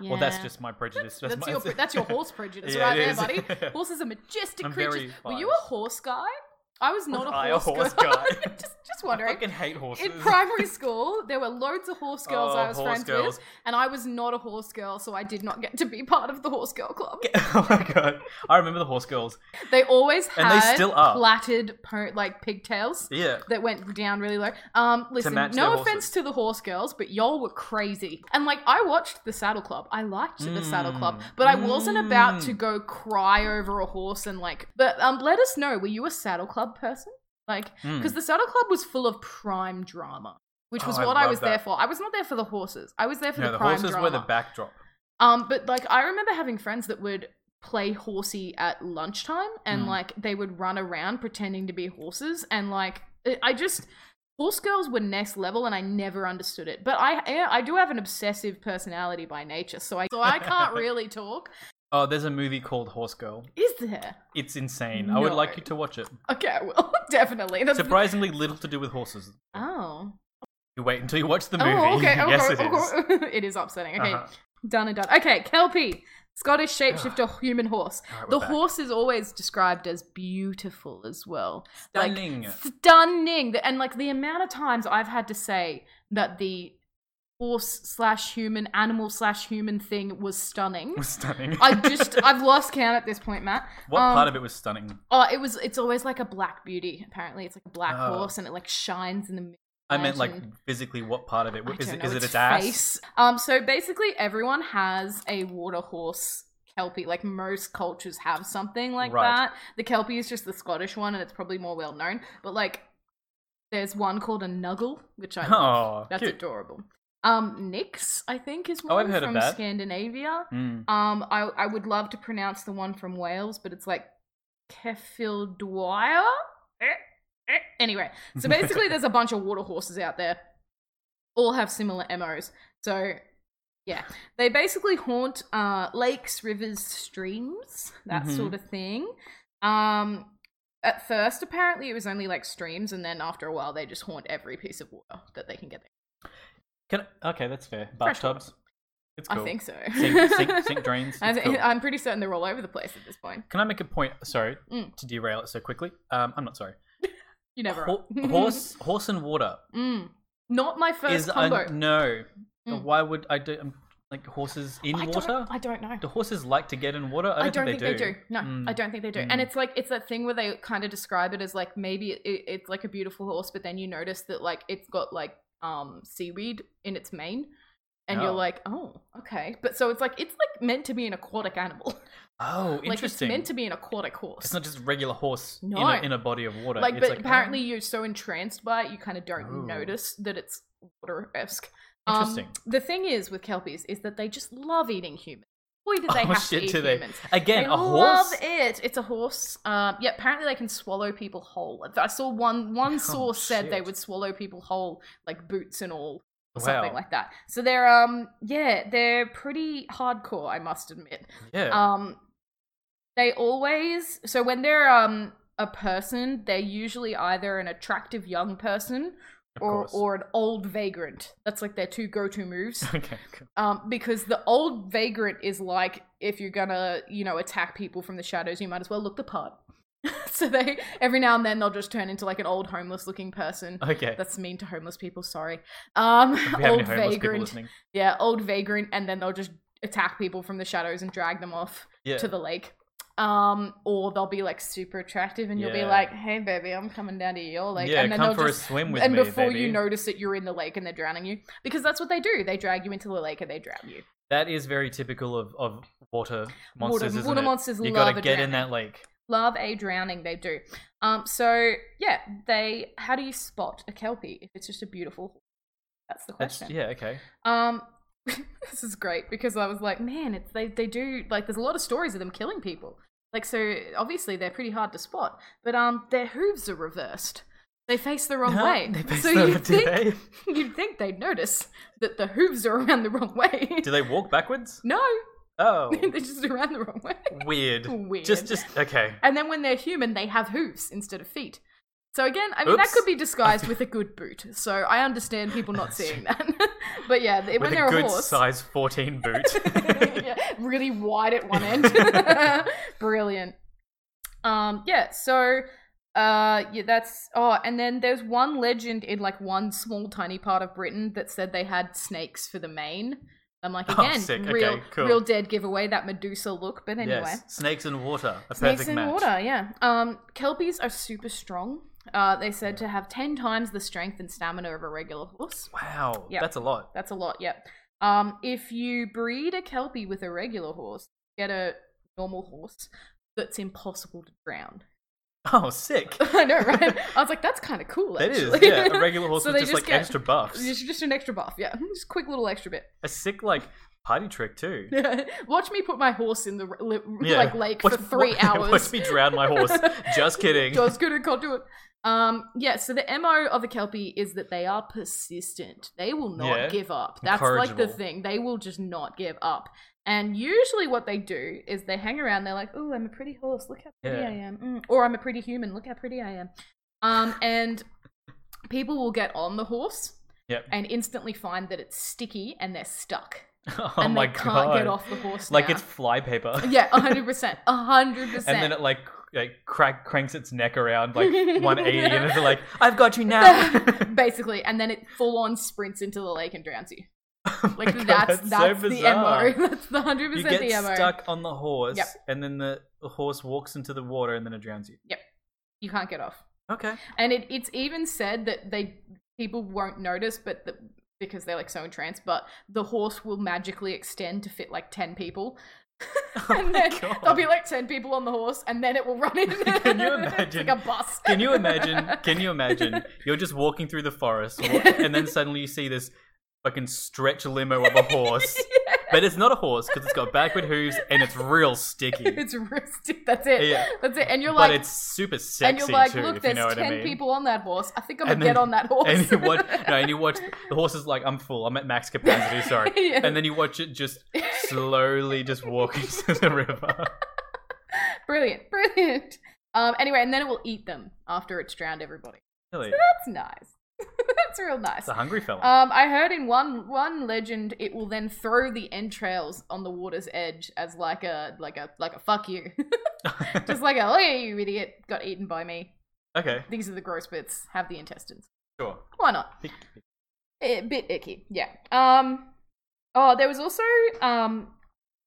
S2: Well, that's
S1: Yeah.
S2: just my prejudice.
S1: that's,
S2: my,
S1: your that's your horse prejudice
S2: Yeah,
S1: right
S2: it
S1: there,
S2: is.
S1: buddy. Horses are majestic
S2: I'm
S1: creatures.
S2: very
S1: Were you a
S2: biased.
S1: horse guy? I was not
S2: Was
S1: a
S2: I
S1: horse, girl.
S2: guy?
S1: just just
S2: I
S1: wondering.
S2: fucking hate horses.
S1: In primary school, there were loads of horse girls
S2: Oh,
S1: I was
S2: horse
S1: friends
S2: girls.
S1: with, and I was not a horse girl, so I did not get to be part of the horse girl club.
S2: oh my god! I remember the horse girls.
S1: They always
S2: And they
S1: had
S2: still are.
S1: plaited po- like pigtails
S2: Yeah.
S1: that went down really low. Um, listen,
S2: match
S1: no
S2: their
S1: offense
S2: horses.
S1: to the horse girls, but y'all were crazy. And like, I watched the Saddle Club. I liked the Saddle Club,
S2: Mm.
S1: but I wasn't about
S2: Mm.
S1: to go cry over a horse and like. But um, let us know. Were you a Saddle Club person? Like,
S2: Mm.
S1: because the Saddle Club was full of prime drama. Which
S2: Oh,
S1: was
S2: I
S1: what I,
S2: love
S1: was there
S2: that.
S1: for. I was not there for the horses. I was there for
S2: No,
S1: the
S2: the
S1: prime
S2: horses
S1: drama.
S2: were the backdrop.
S1: Um, but like I remember having friends that would play horsey at lunchtime, and
S2: Mm.
S1: like they would run around pretending to be horses, and like it- I just horse girls were next level, and I never understood it. But I yeah, I do have an obsessive personality by nature, so I so I can't really talk.
S2: Oh, there's a movie called Horse Girl.
S1: Is there?
S2: It's insane. I would like
S1: No.
S2: you to watch it.
S1: Okay, I will definitely. That's
S2: Surprisingly little to do with horses.
S1: oh.
S2: You wait until you watch the movie.
S1: Oh, okay. okay,
S2: yes, it is.
S1: okay. it is upsetting. Okay,
S2: Uh-huh.
S1: done and done. Okay, Kelpie, Scottish
S2: Ah,
S1: shapeshifter, human horse.
S2: All right, we're
S1: The
S2: back.
S1: horse is always described as beautiful as well. like,
S2: Stunning.
S1: stunning The- and like the amount of times i've had to say that the horse slash human animal slash human thing was stunning
S2: was stunning.
S1: i just i've lost count at this point matt
S2: what
S1: um,
S2: part of it was stunning?
S1: oh it was it's always like a black beauty apparently it's like a black
S2: Oh.
S1: horse and it like shines in the
S2: I meant like
S1: imagine-
S2: physically. What part of it
S1: I
S2: is?
S1: don't
S2: it-
S1: know,
S2: Is it
S1: its
S2: its ass?
S1: face. Um, so basically, everyone has a water horse kelpie. Like most cultures have something like
S2: Right.
S1: that. The kelpie is just the Scottish one, and it's probably more well known. But like, there's one called a nuggle, which I love.
S2: Oh,
S1: that's
S2: cute.
S1: adorable. Um, Nyx, I think is
S2: Oh,
S1: one
S2: I've heard of
S1: from
S2: that.
S1: Scandinavia.
S2: Mm.
S1: Um, I I would love to pronounce the one from Wales, but it's like Kefildwire. Eh, eh. Anyway, so basically, there's a bunch of water horses out there. All have similar MOs. So, yeah. They basically haunt uh, lakes, rivers, streams, that
S2: Mhm.
S1: sort of thing. Um, uh, at first, apparently, it was only like streams, and then after a while, they just haunt every piece of water that they can get.
S2: Can okay, that's fair.
S1: Fresh water.
S2: Bathtubs. It's
S1: I
S2: cool.
S1: think so.
S2: Sink, sink, sink drains.
S1: I
S2: It's
S1: thi-
S2: cool.
S1: I'm pretty certain they're all over the place at this point.
S2: Can I make a point? Sorry
S1: Mm.
S2: to derail it so quickly. Um, I'm not sorry.
S1: You never
S2: Ho-
S1: are.
S2: horse, horse and water
S1: Mm. Not my first
S2: is
S1: combo.
S2: a no.
S1: Mm.
S2: Why would I do? um, Like horses in
S1: I
S2: water?
S1: Don't, I don't know.
S2: Do horses like to get in water? I
S1: I
S2: don't,
S1: don't think, they, do. No,
S2: Mm.
S1: I don't think they do. And
S2: Mm.
S1: it's like it's that thing where they kind of describe it as like maybe it, it's like a beautiful horse, but then you notice that like it's got like um seaweed in its mane, and you're
S2: Oh.
S1: like, oh, okay. But so it's like it's like meant to be an aquatic animal.
S2: Oh,
S1: like it's
S2: interesting.
S1: meant to be an aquatic horse.
S2: It's not just regular horse in,
S1: No.
S2: a, in a body of water.
S1: like,
S2: It's
S1: but
S2: like,
S1: apparently you're so entranced by it, you kind of don't
S2: Oh.
S1: notice that it's water esque.
S2: Interesting.
S1: the thing is with kelpies is that they just love eating humans. Boy, do they
S2: Oh,
S1: have
S2: shit,
S1: to eat
S2: do they.
S1: humans.
S2: oh. again
S1: they
S2: a horse.
S1: love it. It's a horse. Um, yeah, apparently they can swallow people whole. I saw one one
S2: Oh,
S1: source said they
S2: shit.
S1: would swallow people whole, like boots and all, or
S2: Wow.
S1: something like that. So they're um yeah they're pretty hardcore, I must admit.
S2: yeah.
S1: Um, they always so when they're um a person, they're usually either an attractive young person
S2: of
S1: or
S2: course.
S1: or an old vagrant. That's like their two go to moves.
S2: okay. cool.
S1: Um, because the old vagrant is like, if you're gonna, you know, attack people from the shadows, you might as well look the part. so they every now and then they'll just turn into like an old homeless looking person.
S2: Okay.
S1: That's mean to homeless people. Sorry. Um,
S2: If we have any
S1: old
S2: homeless people
S1: vagrant.
S2: listening.
S1: Yeah, old vagrant, and then they'll just attack people from the shadows and drag them off
S2: Yeah.
S1: to the lake. Um, or they'll be like super attractive, and you'll be
S2: Yeah.
S1: like, "Hey, baby, I'm coming down to your lake,"
S2: yeah,
S1: and then
S2: come
S1: they'll
S2: for
S1: just
S2: a swim with
S1: and
S2: me,
S1: before you
S2: baby.
S1: notice it, you're in the lake and they're drowning you because that's what they do. They drag you into the lake and they drown you.
S2: That is very typical of, of water monsters,
S1: water
S2: isn't
S1: water
S2: it?
S1: monsters
S2: you
S1: love
S2: gotta
S1: a
S2: get
S1: drowning.
S2: in that lake.
S1: Love a drowning. They do. Um. So yeah, they. How do you spot a kelpie if it's just a beautiful? That's the
S2: That's
S1: question.
S2: yeah, okay.
S1: Um. this is great because I was like, man, it's they they do like there's a lot of stories of them killing people. Like so, obviously they're pretty hard to spot, but um, their hooves are reversed. They face the wrong
S2: Huh?
S1: way.
S2: They face
S1: so you
S2: the- do
S1: think
S2: they?
S1: You'd think they'd notice that the hooves are around the wrong way.
S2: Do they walk backwards?
S1: no,
S2: Oh.
S1: they're just around the wrong way.
S2: Weird.
S1: Weird.
S2: Just just okay.
S1: And then when they're human, they have hooves instead of feet. So again, I mean that
S2: Oops.
S1: could be disguised with a good boot. So I understand people not seeing that. but yeah, they- when
S2: with
S1: they're
S2: a good
S1: horse,
S2: size fourteen boot.
S1: yeah, really wide at one end. Brilliant. Um, yeah, so uh yeah, that's oh, and then there's one legend in like one small tiny part of Britain that said they had snakes for the mane. I'm like
S2: Oh,
S1: again,
S2: sick. Okay,
S1: real
S2: cool.
S1: real dead giveaway, that Medusa look, but anyway.
S2: Yes. Snakes and water. A
S1: Snakes
S2: perfect
S1: in
S2: match.
S1: water, yeah. Um, kelpies are super strong. Uh, they said to have ten times the strength and stamina of a regular horse.
S2: Wow.
S1: Yeah.
S2: That's a lot.
S1: That's a lot, yep. Um, if you breed a Kelpie with a regular horse, get a normal horse that's impossible to drown.
S2: Oh, sick.
S1: I know, right? I was like, that's kind of cool,
S2: That
S1: actually.
S2: is, yeah. A regular horse
S1: So
S2: with
S1: they
S2: just,
S1: just
S2: like
S1: get-
S2: extra buffs.
S1: just, just an extra buff, yeah. Just a quick little extra bit.
S2: A sick like party trick too.
S1: Watch me put my horse in the r- li-
S2: Yeah.
S1: like lake
S2: Watch-
S1: for three
S2: watch-
S1: hours.
S2: Watch me drown my horse. Just kidding.
S1: Just gonna can't do it. Um, yeah, so the MO of a Kelpie is that they are persistent. They will not
S2: Yeah.
S1: give up. That's like the
S2: Incorrigible.
S1: thing. They will just not give up. And usually what they do is they hang around, they're like, Oh, I'm a pretty horse, look how pretty
S2: Yeah.
S1: I am. Mm. Or I'm a pretty human, look how pretty I am. Um, and people will get on the horse
S2: Yep.
S1: and instantly find that it's sticky and they're stuck.
S2: oh
S1: and
S2: my
S1: they can't
S2: god.
S1: get off the horse.
S2: like
S1: now.
S2: it's flypaper.
S1: Yeah, hundred percent. hundred percent.
S2: And then it like like crack cranks its neck around like 180 and it's like, I've got you now.
S1: basically, and then it full on sprints into the lake and drowns you.
S2: Oh my
S1: Like
S2: God,
S1: that's
S2: so
S1: that's the
S2: bizarre.
S1: mo. That's the hundred
S2: You
S1: percent the
S2: get
S1: mo.
S2: stuck on the horse
S1: Yep.
S2: and then the, the horse walks into the water and then it drowns you.
S1: You can't get off.
S2: Okay.
S1: And it, it's even said that they people won't notice, but the, because they're like so entranced, but the horse will magically extend to fit like ten people. and then
S2: Oh God.
S1: there'll be like ten people on the horse, and then it will run in.
S2: Can you
S1: It's
S2: imagine?
S1: like a bus.
S2: Can you imagine? Can you imagine? You're just walking through the forest wa- and then suddenly you see this fucking stretch limo of a horse. But it's not a horse because it's got backward hooves and it's real sticky.
S1: it's rustic. That's it.
S2: Yeah.
S1: That's it. And you're
S2: but
S1: like,
S2: it's super sexy
S1: and you're like,
S2: too,
S1: look,
S2: if you
S1: there's
S2: know what I
S1: ten
S2: mean.
S1: people on that horse. I think I'm
S2: And
S1: gonna
S2: then-
S1: get on that horse.
S2: and you watch no, and you watch the horse is like, I'm full, I'm at max capacity, sorry.
S1: Yeah.
S2: And then you watch it just slowly just walk into the river.
S1: brilliant, brilliant. Um, anyway, and then it will eat them after it's drowned everybody.
S2: Really?
S1: That's nice. That's real nice.
S2: It's a hungry fella.
S1: Um, I heard in one one legend it will then throw the entrails on the water's edge as like a like a like a fuck you, just like a oh yeah you idiot got eaten by me.
S2: okay,
S1: These are the gross bits. Have the intestines.
S2: sure.
S1: Why not?
S2: Pick-
S1: A bit icky, yeah. Um, oh, there was also um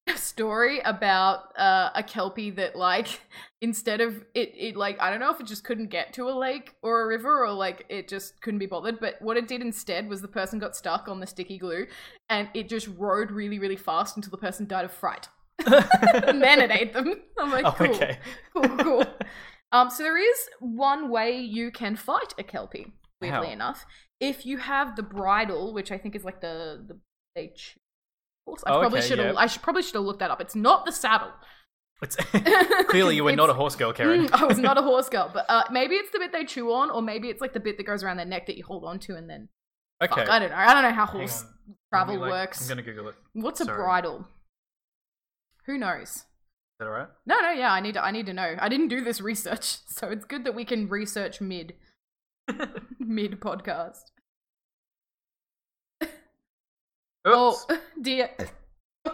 S1: a story about uh, a kelpie that like instead of it, it like I don't know if it just couldn't get to a lake or a river or like it just couldn't be bothered. But what it did instead was the person got stuck on the sticky glue, and it just rode really really fast until the person died of fright, and then it ate them. I'm like,
S2: Oh,
S1: cool,
S2: okay.
S1: cool, cool. Um, so there is one way you can fight a kelpie. Weirdly
S2: How?
S1: enough, if you have the bridle, which I think is like the the they choose. I
S2: Oh,
S1: probably
S2: okay,
S1: should have.
S2: yeah.
S1: I should probably should have looked that up. It's not the saddle.
S2: It's- clearly, you were not a horse girl, Karen.
S1: mm, I was not a horse girl, but uh, maybe it's the bit they chew on, or maybe it's like the bit that goes around their neck that you hold on to and then.
S2: okay.
S1: Fuck, I don't know. I don't know how
S2: Hang
S1: horse
S2: on. Let me,
S1: travel
S2: like-
S1: works.
S2: I'm gonna Google it. Is
S1: What's a
S2: sorry.
S1: bridle? Who knows?
S2: that alright?
S1: No, no, yeah, I need to. I need to know. I didn't do this research, so it's good that we can research mid, mid podcast.
S2: Oops. Eh.
S1: Oh dear.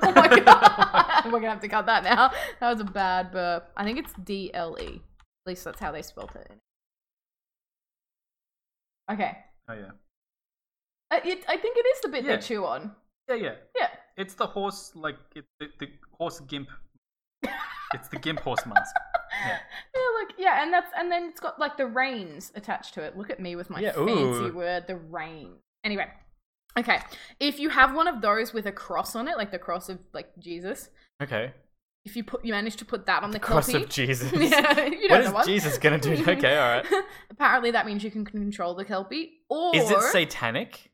S1: Oh my god. We're gonna have to cut that now. That was a bad burp. I think it's D L E. At least that's how they spelt it. Okay.
S2: Oh yeah.
S1: I, it, I think it is the bit
S2: Yeah.
S1: they chew on.
S2: Yeah, yeah.
S1: Yeah.
S2: It's the horse, like it's the, the horse gimp. it's the gimp horse mask. Yeah.
S1: Yeah, like yeah, and that's and then it's got like the reins attached to it. Look at me with my
S2: Yeah,
S1: fancy
S2: ooh.
S1: word, the rein. Anyway, okay. If you have one of those with a cross on it, like the cross of like Jesus,
S2: Okay.
S1: if you put you manage to put that on the,
S2: Cross
S1: kelpie,
S2: of Jesus.
S1: yeah, you
S2: what
S1: don't
S2: is
S1: know what.
S2: Jesus gonna do? Okay, all right.
S1: Apparently, that means you can control the kelpie, or
S2: Is it satanic?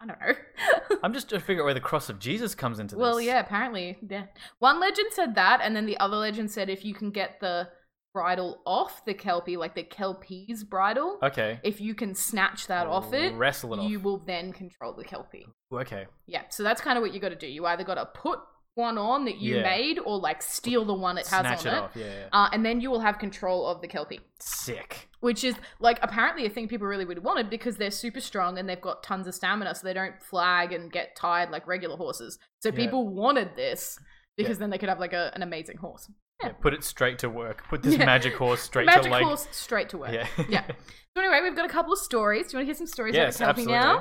S1: I don't know.
S2: I'm just trying to figure out where the cross of Jesus comes into this.
S1: well, yeah, apparently, yeah. One legend said that, and then the other legend said if you can get the bridle off the kelpie, like the kelpie's bridle,
S2: Okay.
S1: if you can snatch that off it,
S2: Wrestle it
S1: you
S2: off.
S1: will then control the kelpie.
S2: Ooh, Okay.
S1: Yeah, so that's kind of what you got to do. You either got to put one on that you
S2: Yeah.
S1: made, or like steal the one it has
S2: Snatch
S1: on
S2: it
S1: it,
S2: off. Yeah, yeah.
S1: Uh, and then you will have control of the kelpie.
S2: Sick.
S1: which is like apparently a thing people really really wanted because they're super strong and they've got tons of stamina so they don't flag and get tired like regular horses so
S2: Yeah.
S1: people wanted this because then they could have like a, an amazing horse Yeah.
S2: Yeah, put it straight to work. Put this
S1: Yeah.
S2: magic horse straight
S1: magic
S2: to like.
S1: horse straight to work
S2: Yeah.
S1: Yeah. so anyway we've got a couple of stories do you want to hear some stories
S2: yes,
S1: about the kelpie
S2: absolutely.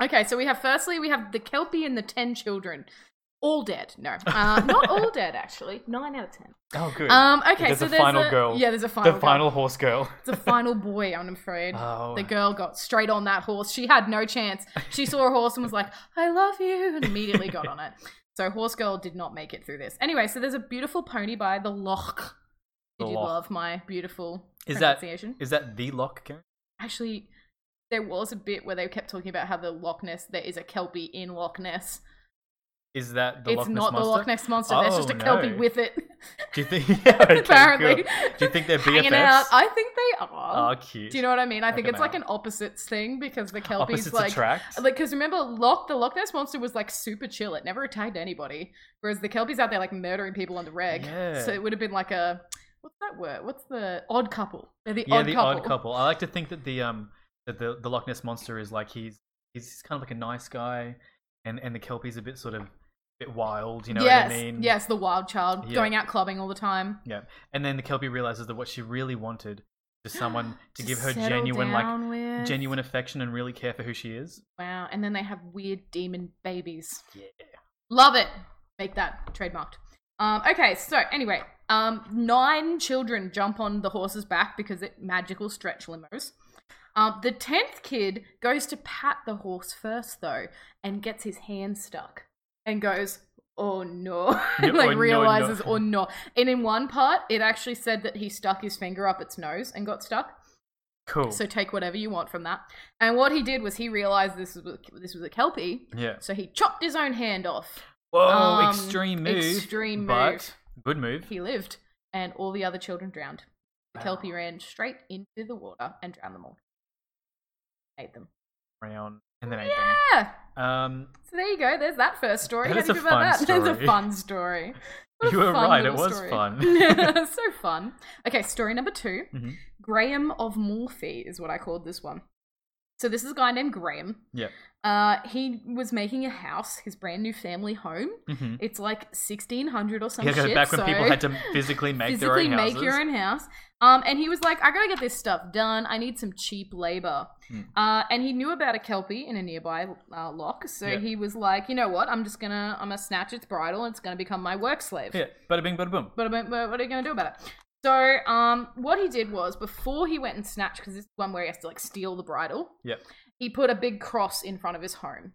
S1: now okay so we have firstly we have the kelpie and the ten children all dead no uh, not all dead actually nine out of ten
S2: Oh, good.
S1: um okay
S2: There's
S1: so
S2: a
S1: there's
S2: final
S1: a,
S2: girl.
S1: yeah there's a final
S2: the
S1: girl.
S2: final horse girl.
S1: It's a final boy, I'm afraid.
S2: Oh.
S1: The girl got straight on that horse. She had no chance. She saw a horse and was like, I love you, and immediately got on it. So Horse Girl did not make it through this. Anyway, so there's a beautiful pony by the Loch.
S2: The
S1: Did you
S2: Loch.
S1: love my beautiful
S2: Is that-
S1: pronunciation?
S2: Is that the lock, Karen?
S1: Actually, there was a bit where they kept talking about how the Loch Ness, there is a Kelpie in Loch Ness.
S2: Is that the
S1: it's
S2: Loch Ness
S1: not
S2: monster?
S1: the Loch Ness monster. There's just
S2: Oh,
S1: a Kelpie
S2: no.
S1: with it,
S2: Do you think? Yeah, okay,
S1: apparently.
S2: cool. Do you think they're BFFs?
S1: Hanging out. I think they are.
S2: oh, cute. Oh,
S1: Do you know what I mean? I think
S2: Check 'em
S1: it's like
S2: out.
S1: an opposites thing because the Kelpie's
S2: Opposites
S1: like
S2: attract.
S1: Like, because remember, Loch, the Loch Ness monster was like super chill. It never attacked anybody. Whereas the Kelpie's out there like murdering people on the reg.
S2: Yeah.
S1: So it would have been like a what's that word? What's the odd couple? They're the
S2: yeah,
S1: odd
S2: the
S1: couple.
S2: odd couple. I like to think that the um that the, the Loch Ness monster is like he's he's kind of like a nice guy, and and the kelpie's a bit sort of bit wild. You know
S1: yes,
S2: what I mean?
S1: yes, the wild child
S2: Yeah.
S1: going out clubbing all the time.
S2: And then the kelpie realizes that what she really wanted is someone to give her
S1: settle
S2: genuine like
S1: down with.
S2: genuine affection and really care for who she is.
S1: Wow, and then they have weird demon babies.
S2: Yeah.
S1: Love it. Make that trademarked. Um, okay, so anyway, um, nine children jump on the horse's back because it magical stretch limos. Um, the tenth kid goes to pat the horse first though, and gets his hand stuck, and goes, "Oh no!" and
S2: No, oh,
S1: like
S2: no, no.
S1: realizes, "Oh no!" And in one part, it actually said that he stuck his finger up its nose and got stuck.
S2: Cool.
S1: So take whatever you want from that. And what he did was he realized this was this was a kelpie,
S2: yeah.
S1: so he chopped his own hand off.
S2: Whoa!
S1: Um,
S2: extreme move.
S1: extreme
S2: but
S1: move.
S2: Good move.
S1: He lived, and all the other children drowned. The
S2: Wow.
S1: kelpie ran straight into the water and drowned them all. Ate them.
S2: Round and then ate them.
S1: Yeah.
S2: Um,
S1: So there you go. There's that first story.
S2: That
S1: How
S2: is
S1: do you
S2: a
S1: feel about that?
S2: fun
S1: That's a
S2: story.
S1: fun story. What a
S2: You were
S1: fun
S2: right, it
S1: little
S2: was
S1: story.
S2: fun.
S1: so fun. Okay, story number 2
S2: Mhm.
S1: Graham of Morphe is what I called this one. So this is a guy named Graham.
S2: Yep.
S1: Uh, he was making a house, his brand new family home.
S2: hmm
S1: It's like sixteen hundred or some
S2: Yeah, 'cause
S1: shit.
S2: back when
S1: so
S2: people had to physically make
S1: physically
S2: their own
S1: make
S2: houses.
S1: your own house. Um, and he was like, I gotta get this stuff done. I need some cheap labor.
S2: Hmm.
S1: Uh, and he knew about a kelpie in a nearby uh, lock, so
S2: Yeah.
S1: he was like, you know what? I'm just gonna, I'm gonna snatch its bridle, and it's gonna become my work slave.
S2: Yeah, bada bing, bada boom.
S1: But, but, but what are you gonna do about it? So, um, what he did was before he went and snatched, because this is one where he has to like steal the bridle.
S2: Yep.
S1: He put a big cross in front of his home.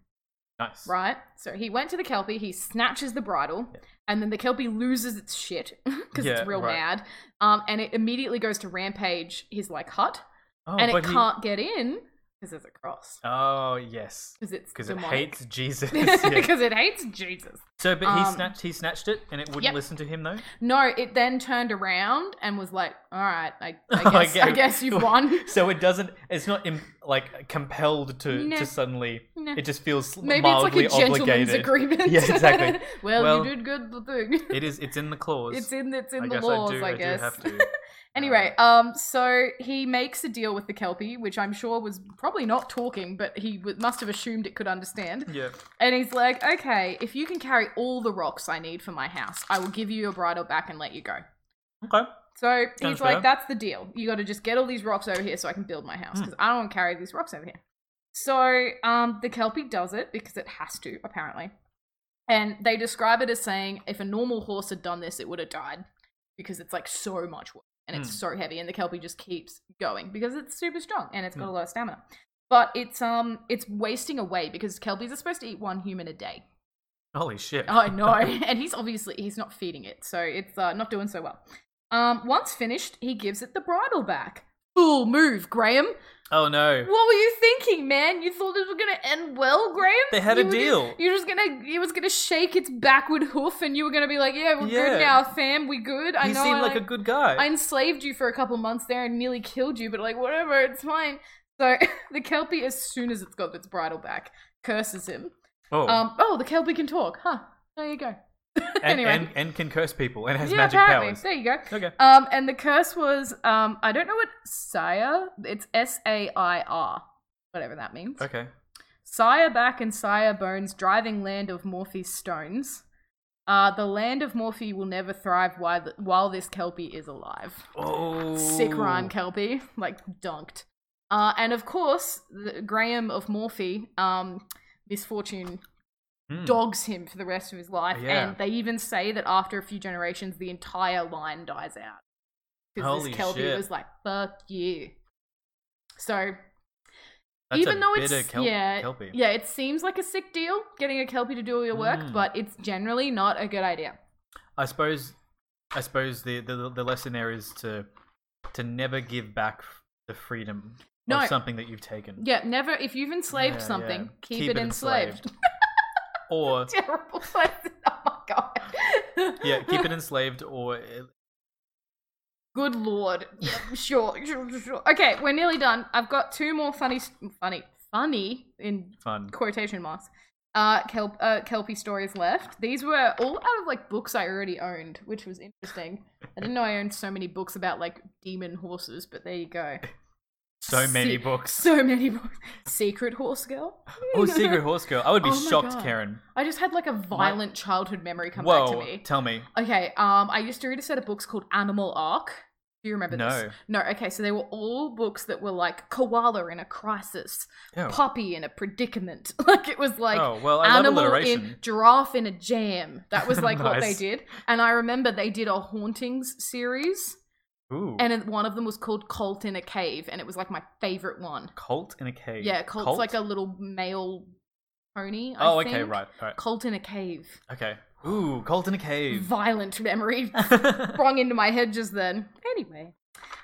S2: Nice.
S1: Right? So he went to the Kelpie, he snatches the bridle,
S2: Yeah.
S1: and then the Kelpie loses its shit because
S2: Yeah,
S1: it's real
S2: right.
S1: mad. Um, and it immediately goes to rampage his like hut,
S2: Oh,
S1: and it
S2: but he-
S1: can't get in because there's a cross
S2: Oh yes,
S1: because it's
S2: because it
S1: demonic.
S2: hates Jesus. Yeah.
S1: because it hates Jesus.
S2: So, but he
S1: Um,
S2: snatched. He snatched it, and it wouldn't
S1: yep.
S2: listen to him though.
S1: No, it then turned around and was like, "All right, I, I,
S2: Oh, I
S1: guess,
S2: get
S1: I
S2: it.
S1: guess you've won."
S2: So it doesn't. It's not im- like compelled to
S1: No.
S2: to suddenly.
S1: No.
S2: It just feels
S1: Maybe it's like
S2: mildly
S1: a gentleman's
S2: obligated.
S1: agreement.
S2: Yeah, exactly.
S1: well,
S2: Well,
S1: you did good. The thing.
S2: It is. It's in the clause.
S1: It's in. It's in
S2: I
S1: the
S2: guess
S1: laws.
S2: I do.
S1: I,
S2: do
S1: guess.
S2: have to.
S1: Anyway, um, so he makes a deal with the Kelpie, which I'm sure was probably not talking, but he w- must have assumed it could understand.
S2: Yeah.
S1: And he's like, "Okay, if you can carry all the rocks I need for my house, I will give you your bridle back and let you go."
S2: Okay.
S1: So
S2: Sounds
S1: he's
S2: fair.
S1: like, "That's the deal. You got to just get all these rocks over here so I can build my house
S2: Hmm.
S1: because I don't want to carry these rocks over here." So um, the Kelpie does it because it has to, apparently. And they describe it as saying, if a normal horse had done this, it would have died because it's like so much work and it's
S2: Hmm.
S1: so heavy, and the Kelpie just keeps going because it's super strong and
S2: Hmm.
S1: it's got a lot of stamina. But it's um, it's wasting away because Kelpies are supposed to eat one human a day.
S2: Holy shit.
S1: I know, and he's obviously he's not feeding it, so it's uh, not doing so well. Um, once finished, he gives it the bridle back. Fool move, Graham.
S2: Oh no.
S1: What were you thinking, man? You thought it was gonna end well, Graham?
S2: They had
S1: You
S2: a
S1: were just-
S2: deal.
S1: you were just gonna, it was gonna shake its backward hoof, and you were gonna be like, "Yeah, we're
S2: Yeah.
S1: good now, fam. We good." I
S2: he
S1: know.
S2: seemed
S1: I,
S2: like a good guy.
S1: I enslaved you for a couple months there and nearly killed you, but like whatever, it's fine. So the kelpie, as soon as it's got its bridle back, curses him.
S2: oh.
S1: Um, oh, the Kelpie can talk, huh? There you go.
S2: and,
S1: anyway.
S2: and and can curse people and has
S1: yeah,
S2: magic
S1: apparently.
S2: powers.
S1: There you go.
S2: Okay.
S1: Um, and the curse was um, I don't know what sire. It's S A I R, whatever that means.
S2: Okay.
S1: Sire back and sire bones, driving land of Morphe's stones. Uh, the land of Morphe will never thrive while, th- while this Kelpie is alive.
S2: Oh.
S1: Sick rhyme, Kelpie. Like, dunked. Uh, and of course, the, Graham of Morphe, um, misfortune
S2: Hmm. Oh,
S1: dogs him for the rest of his life.
S2: Yeah.
S1: And they even say that after a few generations, the entire line dies out. Because
S2: Holy
S1: this Kelpie
S2: shit.
S1: was like, fuck you. So,
S2: That's
S1: even
S2: a
S1: though
S2: bitter
S1: it's-
S2: Kel-
S1: yeah,
S2: Kelpie.
S1: yeah, it seems like a sick deal getting a Kelpie to do all your work,
S2: Mm.
S1: but it's generally not a good idea.
S2: I suppose I suppose the, the the lesson there is to to never give back the freedom
S1: No.
S2: of something that you've taken.
S1: Yeah, never, if you've enslaved
S2: Yeah,
S1: something,
S2: yeah.
S1: Keep, it, enslaved.
S2: or
S1: Terrible place. Oh my god.
S2: yeah, keep it enslaved or eh,
S1: Good lord. Yeah, sure, sure, sure. Okay, we're nearly done. I've got two more funny, funny, funny in
S2: fun.
S1: quotation marks. Uh, Kelp, uh, Kelpie stories left. These were all out of like books I already owned, which was interesting. I didn't know I owned so many books about like demon horses, but there you go.
S2: So many
S1: Se-
S2: books.
S1: So many books. Secret Horse Girl.
S2: oh, Secret Horse Girl. I would be
S1: Oh my
S2: shocked,
S1: God.
S2: Karen.
S1: I just had like a violent childhood memory come
S2: Whoa,
S1: back to me.
S2: tell me.
S1: Okay, um, I used to read a set of books called Animal Ark. Do you remember this?
S2: No.
S1: No, okay, so they were all books that were like koala in a crisis,
S2: Ew.
S1: puppy in a predicament. Like it was like
S2: oh well, I love
S1: animal
S2: alliteration.
S1: in giraffe in a jam. That was like what they
S2: Nice.
S1: did. And I remember they did a hauntings series,
S2: Ooh,
S1: and it- one of them was called Colt in a Cave, and it was like my favorite one.
S2: cult in a cave.
S1: Yeah, Colt's
S2: Cult?
S1: like a little male pony. I
S2: Oh, okay,
S1: think.
S2: right, right,
S1: Colt in a Cave.
S2: okay. Ooh, cult in a cave.
S1: Violent memory
S2: okay,
S1: sprung into my head just then. Anyway.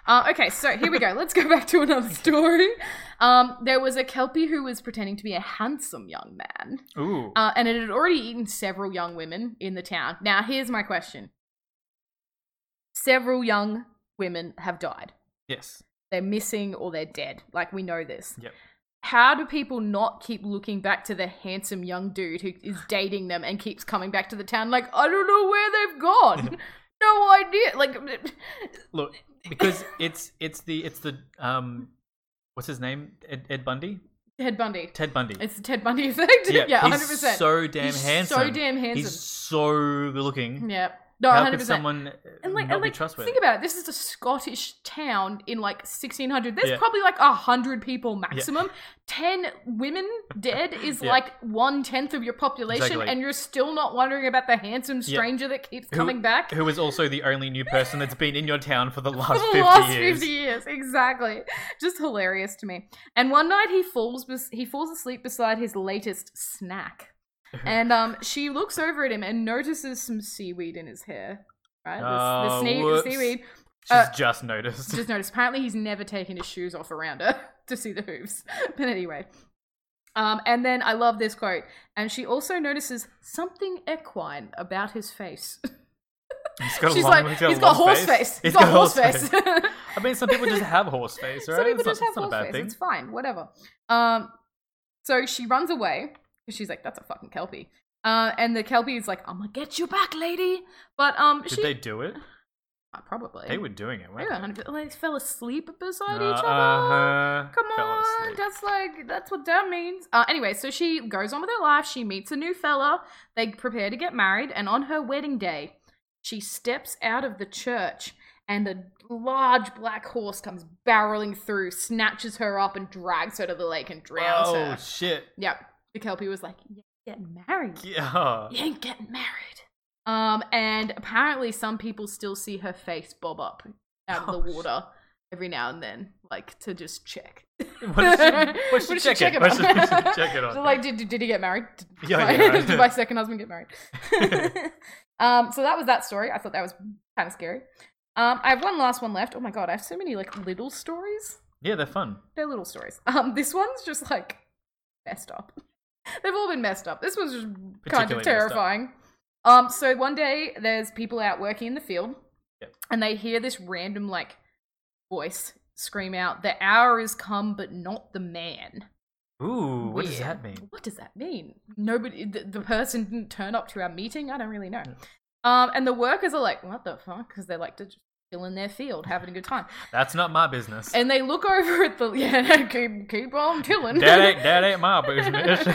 S1: Uh, okay, so here we go. Let's go back to another story. Um, there was a Kelpie who was pretending to be a handsome young man,
S2: ooh,
S1: uh, and it had already eaten several young women in the town. Now, here's my question Several young women have died.
S2: yes,
S1: They're missing or they're dead. Like, we know this.
S2: Yep.
S1: how do people not keep looking back to the handsome young dude who is dating them and keeps coming back to the town like I don't know where they've gone? no idea. Like
S2: Look, because it's it's the it's the um, what's his name? Ed, Ed Bundy.
S1: Ted Bundy.
S2: Ted Bundy.
S1: It's the Ted Bundy effect. Yeah,
S2: he's
S1: 100%.
S2: So damn
S1: He's
S2: handsome.
S1: So damn handsome.
S2: He's so good looking.
S1: yeah. No,
S2: How
S1: 100%.
S2: could someone uh,
S1: and like,
S2: not
S1: and
S2: be
S1: like
S2: trustworthy?
S1: think about it. This is a Scottish town in like 1600. There's
S2: Yeah.
S1: probably like a hundred people maximum. Ten women dead is
S2: Yeah.
S1: like one tenth of your population,
S2: Exactly.
S1: and you're still not wondering about the handsome
S2: Yeah.
S1: stranger that keeps
S2: Who-
S1: coming back
S2: Who is also the only new person that's been in your town for the last
S1: for the
S2: 50
S1: last
S2: years.
S1: 50 years exactly just hilarious to me and one night he falls bes- he falls asleep beside his latest snack and um she looks over at him and notices some seaweed in his hair right
S2: Oh,
S1: the, the
S2: whoops.
S1: sne- seaweed
S2: She's
S1: Uh,
S2: just noticed.
S1: just noticed apparently he's never taken his shoes off around her to see the hooves but anyway um, and then i love this quote and she also notices something equine about his face
S2: he's got, a
S1: she's
S2: long,
S1: like
S2: he's got, a
S1: he's got
S2: long
S1: horse face, he's got, horse face,
S2: I mean, some people just have horse face, right?
S1: Some people
S2: it's not,
S1: just have
S2: it's not a
S1: horse
S2: bad
S1: face.
S2: thing.
S1: It's fine, whatever. Um, so she runs away 'cause she's like, "That's a fucking kelpie," uh, and the kelpie is like, "I'm gonna get you back, lady." But um,
S2: Did
S1: she
S2: they do it?
S1: Uh, probably
S2: They were doing it,
S1: They
S2: weren't
S1: were
S2: they?
S1: 100 like fell asleep beside
S2: Uh,
S1: each other.
S2: uh-huh.
S1: Come
S2: Fell
S1: on,
S2: asleep.
S1: that's like that's what that means. Uh, anyway, so she goes on with her life. She meets a new fella. They prepare to get married, and on her wedding day, she steps out of the church, and a large black horse comes barreling through, snatches her up, and drags her to the lake and drowns
S2: Oh,
S1: her.
S2: shit.
S1: Yep. The kelpie was like, "You ain't getting married.
S2: Yeah.
S1: You ain't getting married." Um, and apparently, some people still see her face bob up out of
S2: Oh,
S1: the
S2: shit.
S1: water every now and then, like to just check.
S2: What did she,
S1: What
S2: what did
S1: did
S2: she
S1: she
S2: check
S1: check
S2: it? What
S1: it
S2: did
S1: on?
S2: she check it
S1: So,
S2: on?
S1: like, did, did he get married? Did,
S2: Yeah,
S1: my,
S2: yeah, right.
S1: did my second husband get married? um, so that was that story. I thought that was kind of scary. Um, I have one last one left. Oh my god, I have so many like little stories.
S2: yeah, they're fun.
S1: They're little stories. Um, this one's just like messed up. They've all been messed up. This one's just kind
S2: Particularly
S1: of
S2: messed up.
S1: terrifying. Um, so one day there's people out working in the field,
S2: Yep.
S1: and they hear this random like voice scream out, "The hour is come, but not the man."
S2: Ooh, what does
S1: Weird.
S2: that mean?
S1: What does that mean? Nobody, the, the person didn't turn up to our meeting. I don't really know. Um, and the workers are like, what the fuck? Because they're like just still in their field, having a good time.
S2: That's not my business.
S1: And they look over at the yeah, keep keep on tilling.
S2: that ain't that ain't my business.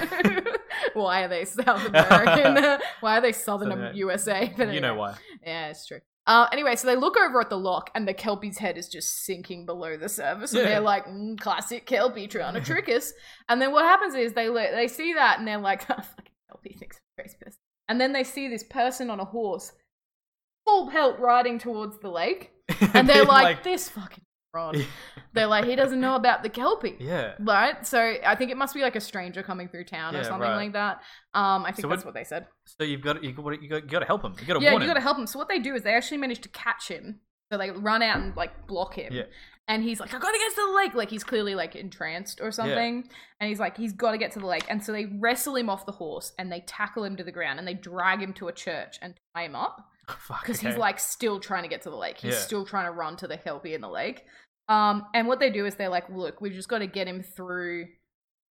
S1: Why are they South American? Why are they Southern
S2: Southern-
S1: USA? But
S2: you know
S1: anyway.
S2: why?
S1: Yeah, it's true. Uh, anyway, so they look over at the lock, and the kelpie's head is just sinking below the surface, and
S2: Yeah.
S1: they're like, mm, "Classic kelpie trying to trick us." And then what happens is they le- they see that, and they're like, oh, "Fucking kelpie thinks I'm a racist." And then they see this person on a horse, full pelt, riding towards the lake, and they're
S2: Being
S1: like, "This fucking fraud." they're like, "He doesn't know about the kelpie."
S2: yeah.
S1: Right, so I think it must be like a stranger coming through town
S2: Yeah,
S1: or something
S2: right.
S1: like that. Um, I think
S2: So what-
S1: that's what they said.
S2: So you've got you got you got, you got to help him. You got to
S1: yeah,
S2: warn
S1: you
S2: him.
S1: gotta help him. So what they do is they actually manage to catch him. So they run out and like block him.
S2: Yeah.
S1: And he's like, I gotta get to the lake. Like he's clearly like entranced or something. And he's like, he's gotta get to the lake. And so they wrestle him off the horse and they tackle him to the ground and they drag him to a church and tie him up
S2: Fuck,
S1: because he's
S2: okay.
S1: like still trying to get to the lake. He's
S2: Yeah.
S1: still trying to run to the helpy in the lake. Um, and what they do is they're like, look, we've just got to get him through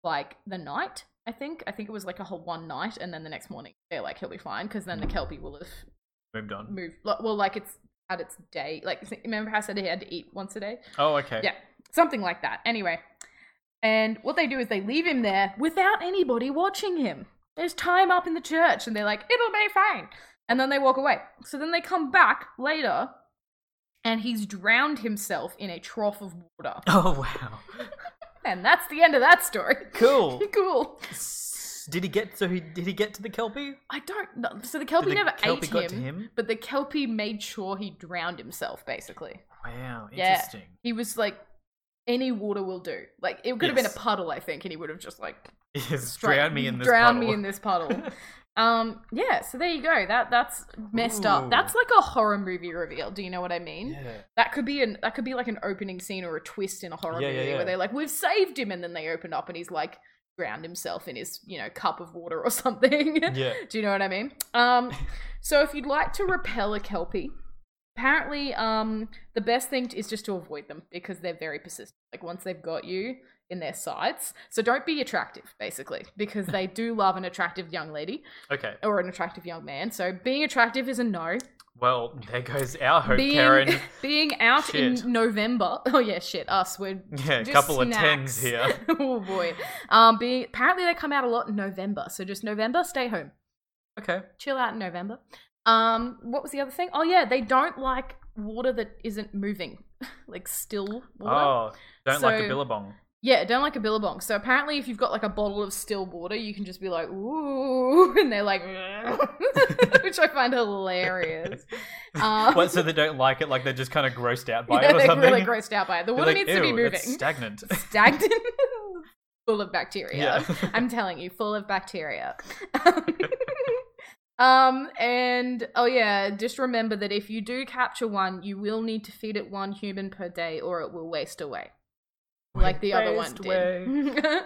S1: like the night. I think. I think it was like a whole one night, and then the next morning they're like, he'll be fine because
S2: Mm.
S1: then the kelpie will have
S2: moved on.
S1: moved. like- Well, like it's had its day. Like remember how I said he had to eat once a day?
S2: Oh, okay.
S1: Yeah, something like that. Anyway, and what they do is they leave him there without anybody watching him. There's time up in the church, and they're like, "It'll be fine," and then they walk away. So then they come back later, and he's drowned himself in a trough of water,
S2: Oh wow.
S1: and that's the end of that story.
S2: Cool.
S1: cool.
S2: S- did he get? So he did he get to the kelpie?
S1: I don't. know. So the
S2: Did
S1: kelpie
S2: the
S1: never
S2: kelpie
S1: ate
S2: got
S1: him,
S2: to him?
S1: but the kelpie made sure he drowned himself, basically.
S2: Wow.
S1: Yeah.
S2: Interesting.
S1: he was like any water will do like it could have been
S2: Yes.
S1: a puddle i think and he would have just like
S2: Yes,
S1: straight-
S2: drown me in this
S1: drown me
S2: puddle.
S1: in this puddle um yeah so there you go that that's messed
S2: Ooh.
S1: up that's like a horror movie reveal do you know what i mean
S2: Yeah.
S1: that could be an that could be like an opening scene or a twist in a horror
S2: Yeah, yeah,
S1: movie
S2: yeah.
S1: where they're like we've saved him and then they open up and he's like drowned himself in his you know cup of water or something
S2: Yeah.
S1: do you know what I mean? Um, so if you'd like to repel a kelpie, apparently um, the best thing is just to avoid them because they're very persistent. Like once they've got you, in their sights. So don't be attractive, basically, because they do love an attractive young lady
S2: Okay.
S1: or an attractive young man. So being attractive is a no.
S2: Well, there goes our hope,
S1: being
S2: Karen.
S1: being out
S2: Shit.
S1: in November. Oh yeah, shit. Us, we're
S2: Yeah, a
S1: just
S2: couple of tens
S1: snacks.
S2: here.
S1: oh boy. Um, being apparently they come out a lot in November. So just November, stay home,
S2: Okay.
S1: chill out in November. Um, what was the other thing? Oh yeah, they don't like water that isn't moving, like still water.
S2: Oh, don't like a
S1: So-
S2: billabong.
S1: Yeah, don't like a billabong. So apparently, if you've got like a bottle of still water, you can just be like, ooh, and they're like, which I find hilarious. Um,
S2: what? So they don't like it? Like they're just kind of grossed out by
S1: yeah,
S2: it or
S1: they're
S2: something?
S1: really grossed out by it. The
S2: They're
S1: water
S2: like,
S1: needs to be
S2: "Ew, it's
S1: moving.
S2: stagnant.
S1: Stagnant, full of bacteria.
S2: Yeah.
S1: I'm telling you, full of bacteria. um, and oh yeah, just remember that if you do capture one, you will need to feed it one human per day, or it will waste away like the other one
S2: Waste away.
S1: did.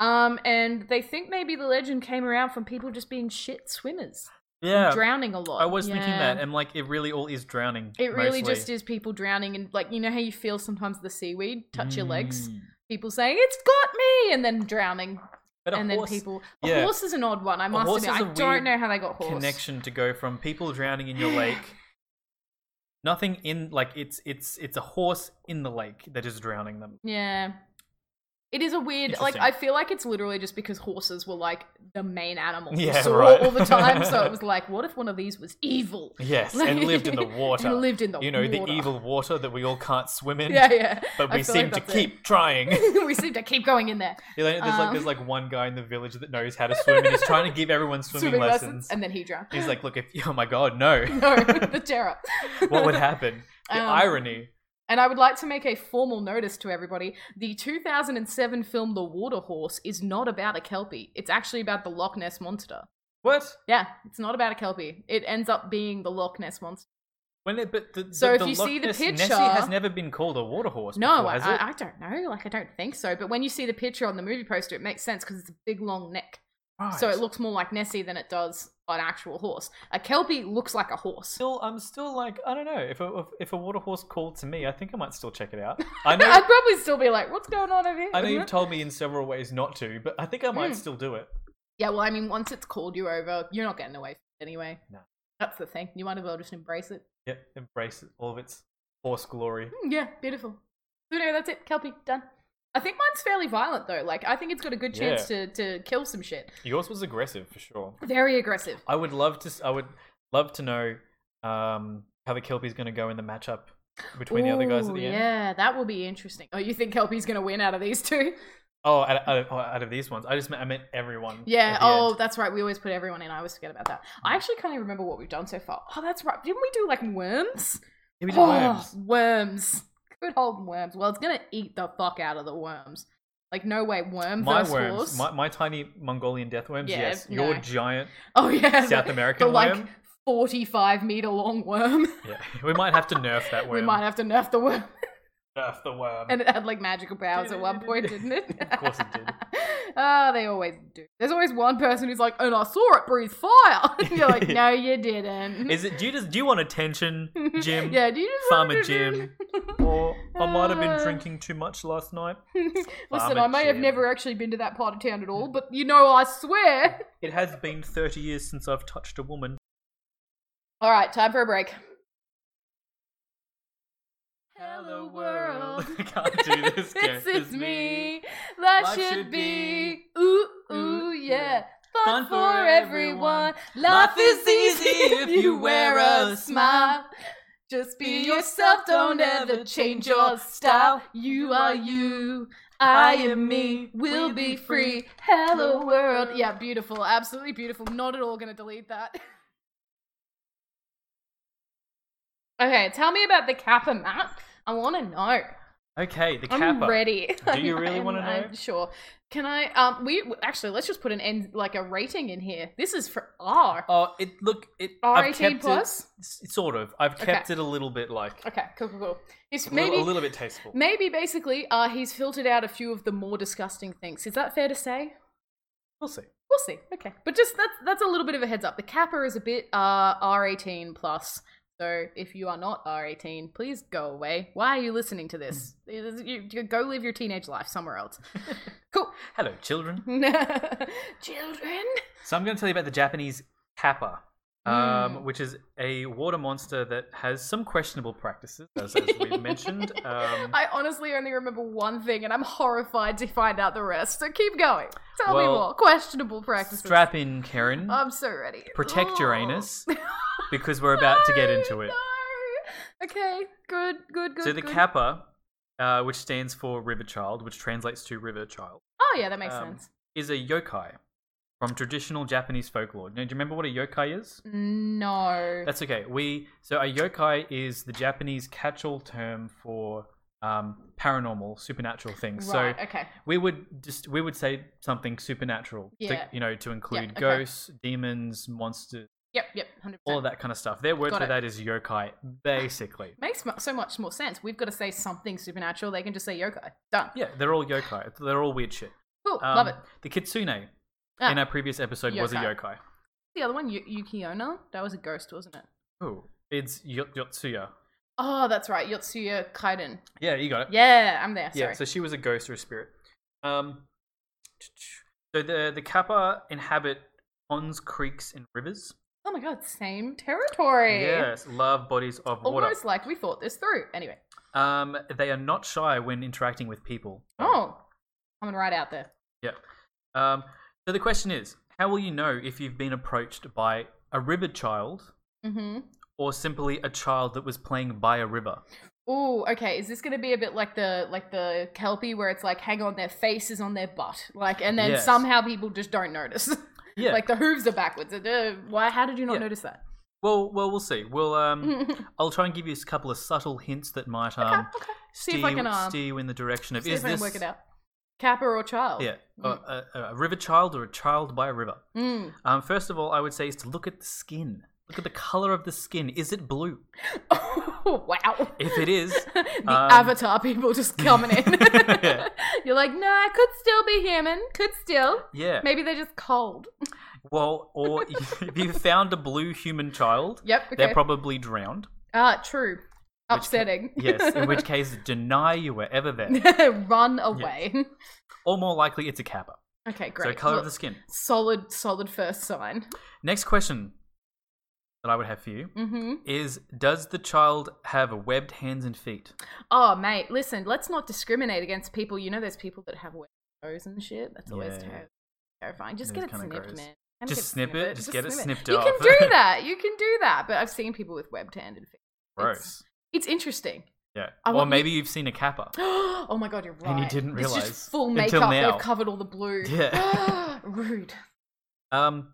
S1: um, and they think maybe the legend came around from people just being shit swimmers,
S2: Yeah.
S1: drowning a lot.
S2: I was thinking
S1: Yeah.
S2: that, and like it really all is drowning.
S1: It really
S2: mostly.
S1: just is people drowning, and like you know how you feel sometimes the seaweed touch your legs.
S2: Mm.
S1: People saying it's got me, and then drowning,
S2: But a
S1: and then
S2: horse
S1: people.
S2: yeah.
S1: A horse is an odd one. I must
S2: horse
S1: admit,
S2: is
S1: I
S2: a weird
S1: don't know how they got horse.
S2: connection to go from people drowning in your lake. Nothing in like it's it's it's a horse in the lake that is drowning them.
S1: Yeah. It is a weird, like,
S2: Interesting.
S1: I feel like it's literally just because horses were like the main animal we
S2: Yeah,
S1: saw
S2: right.
S1: all the time. So it was like, what if one of these was evil?
S2: Yes, and lived in the
S1: And
S2: water.
S1: And lived in the
S2: you know the
S1: water.
S2: evil water that we all can't swim in,
S1: Yeah, yeah.
S2: but
S1: I
S2: we
S1: feel
S2: seem
S1: like
S2: to
S1: that's it.
S2: keep trying.
S1: we seem to keep going in there.
S2: You know, there's like
S1: Um.
S2: there's like one guy in the village that knows how to swim, and he's trying to give everyone swimming, lessons.
S1: And then he drowned.
S2: he's like, look, if oh my god, no,
S1: no, the terror.
S2: what would happen? The
S1: Um,
S2: irony.
S1: And I would like to make a formal notice to everybody. The 2007 film The Water Horse is not about a Kelpie. It's actually about the Loch Ness Monster.
S2: What?
S1: Yeah, it's not about a Kelpie. It ends up being the Loch Ness Monster.
S2: When it, but the,
S1: So
S2: the-
S1: if
S2: the
S1: you
S2: Loch
S1: see the
S2: Ness-
S1: picture-
S2: Nessie has never been called a water horse.
S1: No,
S2: before,
S1: I,
S2: has it?
S1: I, I don't know. Like, I don't think so. But when you see the picture on the movie poster, it makes sense because it's a big, long neck. So
S2: Right.
S1: it looks more like Nessie than it does an actual horse. A Kelpie looks like a horse.
S2: still I'm still like I don't know if a, if, if a water horse called to me I think I might still check it out. I know
S1: I'd probably still be like, what's going on over here?
S2: I know you've told me in several ways not to, but I think I might
S1: Mm.
S2: still do it.
S1: yeah, well, I mean, once it's called you over, you're not getting away from it anyway.
S2: No.
S1: That's the thing. You might as well just embrace it.
S2: Yep, embrace it, all of its horse glory.
S1: Mm, yeah, beautiful. So, no, that's it. Kelpie, done. I think mine's fairly violent, though. Like, I think it's got a good chance to, to kill some shit.
S2: Yours was aggressive for sure.
S1: Very aggressive.
S2: I would love to s- I would love to know um, how the Kelpie's going to go in the matchup between the other guys at
S1: Ooh,
S2: the end.
S1: Yeah, that will be interesting. Oh, you think Kelpie's going to win out of these two?
S2: Oh, out, out, oh, out of these ones, I just meant, I meant everyone.
S1: Yeah.
S2: at the
S1: Oh,
S2: end.
S1: that's right. We always put everyone in. I always forget about that. I actually can't even remember what we've done so far. Oh, that's right. Didn't we do like worms?
S2: Yeah, we did
S1: oh,
S2: worms.
S1: worms. Good old worms. Well, it's gonna eat the fuck out of the worms. Like no way, worm
S2: My
S1: versus
S2: worms,
S1: horse.
S2: my, my tiny Mongolian death worms.
S1: Yeah,
S2: yes,
S1: no.
S2: your giant
S1: oh yeah.
S2: South
S1: the,
S2: American
S1: the like
S2: worm.
S1: forty-five meter long worm.
S2: Yeah, we might have to nerf that
S1: we
S2: worm.
S1: might have to nerf the worm.
S2: nerf the worm.
S1: And it had like magical powers at one point, didn't it?
S2: Oh. Of course it did.
S1: Ah, they always do. There's always one person who's like, and I saw it breathe fire. And you're like, no, you didn't.
S2: Is it? Do you just do you want attention, Jim?
S1: yeah, do you just
S2: Farmer
S1: wanna do-
S2: Or I might have been
S1: Uh.
S2: drinking too much last night.
S1: Listen,
S2: Farmer
S1: I may have
S2: Jim.
S1: never actually been to that part of town at all, but you know, I swear.
S2: It has been thirty years since I've touched a woman.
S1: All right, time for a break.
S2: I can't do this.
S1: this
S2: Karen.
S1: is me. That
S2: Life
S1: should,
S2: should
S1: be. Ooh, ooh,
S2: Ooh,
S1: yeah.
S2: yeah.
S1: Fun, for everyone. Life is easy if you wear a smile. Just be yourself, don't ever change your style. You are you, I am me, we'll be free. Hello, world. Yeah, beautiful, absolutely beautiful. Not at all gonna delete that. Okay, tell me about the Kappa map. I wanna know.
S2: Okay, the
S1: I'm
S2: Kappa.
S1: ready.
S2: Do you really
S1: I'm-
S2: wanna know?
S1: I'm sure. Can I? Um, we actually let's just put an end like a rating in here. This is for ah. R.
S2: Oh, it look it.
S1: R
S2: I've
S1: eighteen
S2: kept
S1: plus.
S2: It, s- sort of. I've
S1: Okay.
S2: kept it a little bit like
S1: Okay, cool, cool, cool. It's
S2: a little-
S1: maybe
S2: a little bit tasteful.
S1: maybe basically uh, he's filtered out a few of the more disgusting things. Is that fair to say?
S2: We'll see.
S1: We'll see. Okay, but just that's that's a little bit of a heads up. The Kappa is a bit uh, R eighteen plus. So if you are not R18, please go away. Why are you listening to this?
S2: Hmm.
S1: You- you- go live your teenage life somewhere else. cool.
S2: Hello, children.
S1: Children.
S2: So I'm going to tell you about the Japanese kappa,
S1: Mm.
S2: um, which is a water monster that has some questionable practices, as, as we've mentioned. Um,
S1: I honestly only remember one thing, and I'm horrified to find out the rest. So keep going. Tell me
S2: Well,
S1: more. Questionable practices. Um, oh.
S2: strap in, Karen.
S1: I'm so ready.
S2: Protect your
S1: Ugh.
S2: anus, because we're about to get into it.
S1: No. Okay. Good. Good. Good.
S2: So the
S1: good.
S2: kappa, uh, which stands for River Child, which translates to River Child,
S1: Oh yeah, that makes
S2: um,
S1: sense.
S2: is a yokai from traditional Japanese folklore. Now, do you remember what a yokai is?
S1: No.
S2: That's okay. We so a yokai is the Japanese catch-all term for um, paranormal, supernatural things.
S1: right.
S2: So
S1: okay.
S2: we would just we would say something supernatural, to-
S1: Yeah.
S2: you know, to include
S1: okay.
S2: ghosts, demons, monsters,
S1: Yep. Yep. Hundred
S2: all of
S1: percent.
S2: that kind of stuff. Their word
S1: Got
S2: for
S1: it.
S2: that is yokai, basically.
S1: Makes mu- so much more sense. We've got to say something supernatural. They can just say yokai. Done.
S2: Yeah, they're all yokai. They're all weird shit.
S1: Cool.
S2: Um,
S1: Love it.
S2: The kitsune
S1: Ah.
S2: in our previous episode was a
S1: Yokai.
S2: yokai.
S1: The other one, y- Yukiona. That was a ghost, wasn't it?
S2: Oh, it's y- Yotsuya.
S1: Oh, that's right. Yotsuya Kaiden.
S2: Yeah, you got it.
S1: Yeah, I'm there.
S2: Yeah,
S1: Sorry.
S2: so she was a ghost or a spirit. Um, so the the kappa inhabit ponds, creeks, and rivers.
S1: oh my god, same territory.
S2: Yes, love bodies of water.
S1: Almost like we thought this through. Anyway.
S2: Um, they are not shy when interacting with people.
S1: Oh. Coming right out there.
S2: Um, so the question is, how will you know if you've been approached by a river child
S1: Mm-hmm.
S2: or simply a child that was playing by a river?
S1: Ooh, okay. Is this going to be a bit like the like the Kelpie, where it's like hang on their faces on their butt, like, and then
S2: Yes.
S1: somehow people just don't notice,
S2: Yeah.
S1: like the hooves are backwards. Uh, Why? How did you not
S2: Yeah.
S1: notice that?
S2: well, well, we'll see. We'll um,
S1: okay,
S2: I'll try and give you a couple of subtle hints that might um
S1: Mm-hmm. okay. See
S2: steer,
S1: if I can, um,
S2: steer you in the direction of
S1: See
S2: is
S1: if I can
S2: this
S1: work it out. Kappa or child?
S2: yeah
S1: Mm.
S2: a, a, a river child or a child by a river?
S1: Mm.
S2: Um, first of all, I would say is to look at the skin. Look at the color of the skin. Is it blue?
S1: Oh, wow.
S2: If it is,
S1: the
S2: Um,
S1: avatar people just coming in.
S2: Yeah.
S1: You're like, nah, could still be human. Could still.
S2: yeah.
S1: Maybe they're just cold.
S2: Well, or if you found a blue human child,
S1: Yep.
S2: they're
S1: Okay.
S2: probably drowned.
S1: ah, true.
S2: Which ca-
S1: Upsetting.
S2: Yes, in which case, deny you were ever there.
S1: Run away.
S2: Or more likely, it's a kappa.
S1: Okay,
S2: So,
S1: great.
S2: color
S1: Look,
S2: of the skin.
S1: solid, solid first sign.
S2: Next question that I would have for you
S1: hmm
S2: is Does the child have webbed hands and feet?
S1: Oh, mate, listen, let's not discriminate against people. You know, there's people that have weird toes and shit. That's always
S2: Yeah.
S1: terri- terrifying. Just
S2: It
S1: get it
S2: is kinda
S1: snipped,
S2: gross.
S1: man. Kinda
S2: Just
S1: get
S2: snip it, just get it snipped
S1: You
S2: off.
S1: can do that. You can do that. But I've seen people with webbed handed feet.
S2: Gross.
S1: It's interesting.
S2: Yeah.
S1: I
S2: Or
S1: want-
S2: maybe you've seen a kappa.
S1: oh my god, you're right.
S2: And you didn't
S1: It's
S2: realise
S1: just full
S2: until
S1: makeup.
S2: now.
S1: They've covered all the blue.
S2: Yeah.
S1: Rude.
S2: Um,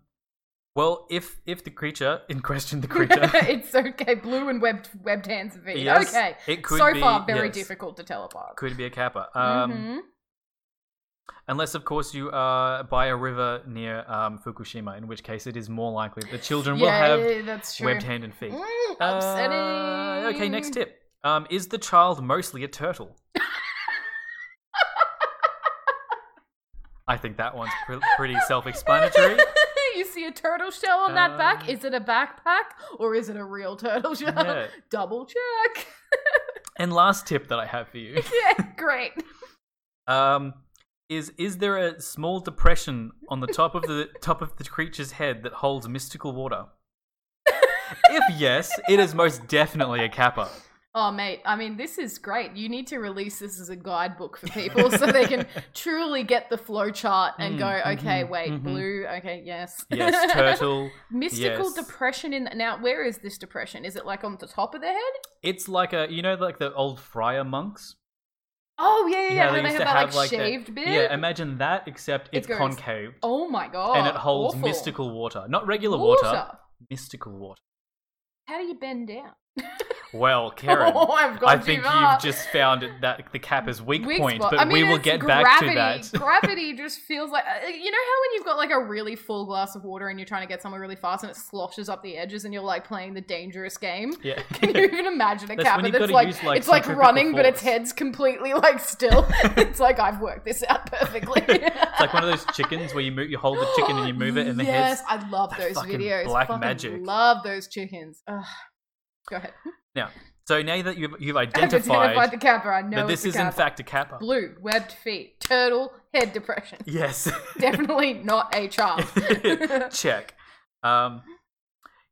S2: well, if if the creature in question, the creature,
S1: it's okay. Blue and webbed webbed hands and feet.
S2: yes,
S1: okay.
S2: it could
S1: so
S2: be,
S1: far, very
S2: yes,
S1: difficult to tell apart.
S2: Could be a kappa. Um,
S1: Mhm.
S2: Unless, of course, you are by a river near um, Fukushima, in which case it is more likely that children will
S1: yeah,
S2: have
S1: yeah, that's true.
S2: webbed hand and feet.
S1: Mm,
S2: Uh,
S1: upsetting.
S2: okay, next tip. Um, is the child mostly a turtle? I think that one's pre- pretty self-explanatory.
S1: you see a turtle shell on that back?
S2: Um,
S1: Is it a backpack or is it a real turtle shell?
S2: Yeah.
S1: Double check.
S2: And last tip that I have for you
S1: yeah, great.
S2: um, is: is there a small depression on the top of the top of the creature's head that holds mystical water? If yes, it is most definitely a kappa.
S1: Oh, mate, I mean, this is great. You need to release this as a guidebook for people so they can truly get the flow chart and
S2: Mm,
S1: go, okay,
S2: mhm,
S1: wait,
S2: mhm.
S1: blue, okay, yes.
S2: Yes, turtle.
S1: Mystical
S2: yes.
S1: depression in. Now, where is this depression? Is it like on the top of their head?
S2: It's like a you know like the old friar monks.
S1: Oh, yeah, yeah,
S2: You
S1: yeah.
S2: know,
S1: How
S2: they
S1: they
S2: used
S1: have
S2: to
S1: that like,
S2: have, like, that-
S1: shaved bit?
S2: Yeah, imagine that except
S1: It
S2: it's
S1: goes-
S2: concave
S1: Oh my god.
S2: and it holds
S1: awful.
S2: mystical water, not regular water, mystical water.
S1: How do you bend down?
S2: Well, Karen,
S1: oh, I've got
S2: I think
S1: you
S2: you've just found it- that the cap is weak,
S1: Weak
S2: point,
S1: spot.
S2: but
S1: I mean,
S2: we will
S1: it's
S2: get
S1: gravity.
S2: back to that.
S1: gravity just feels like uh, you know how when you've got like a really full glass of water and you're trying to get somewhere really fast and it sloshes up the edges and you're like playing the dangerous game.
S2: yeah.
S1: Can you even imagine a
S2: That's
S1: kappa
S2: when you've
S1: that's
S2: gotta
S1: like,
S2: use, like,
S1: it's like
S2: centrifugal
S1: running but its
S2: force.
S1: head's completely like still? it's like I've worked this out perfectly.
S2: it's like one of those chickens where you move, you hold the chicken and you move it, and the
S1: yes,
S2: head's
S1: I love
S2: that
S1: those
S2: fucking
S1: videos.
S2: black
S1: Fucking
S2: magic.
S1: Love those chickens. Ugh. Go ahead.
S2: So now that you've, you've
S1: I've identified
S2: identified
S1: the kappa. I know
S2: that
S1: it's
S2: this
S1: a
S2: is in
S1: kappa.
S2: fact a kappa.
S1: blue, webbed feet, turtle, head depression.
S2: Yes.
S1: Definitely not a child.
S2: Check. Um,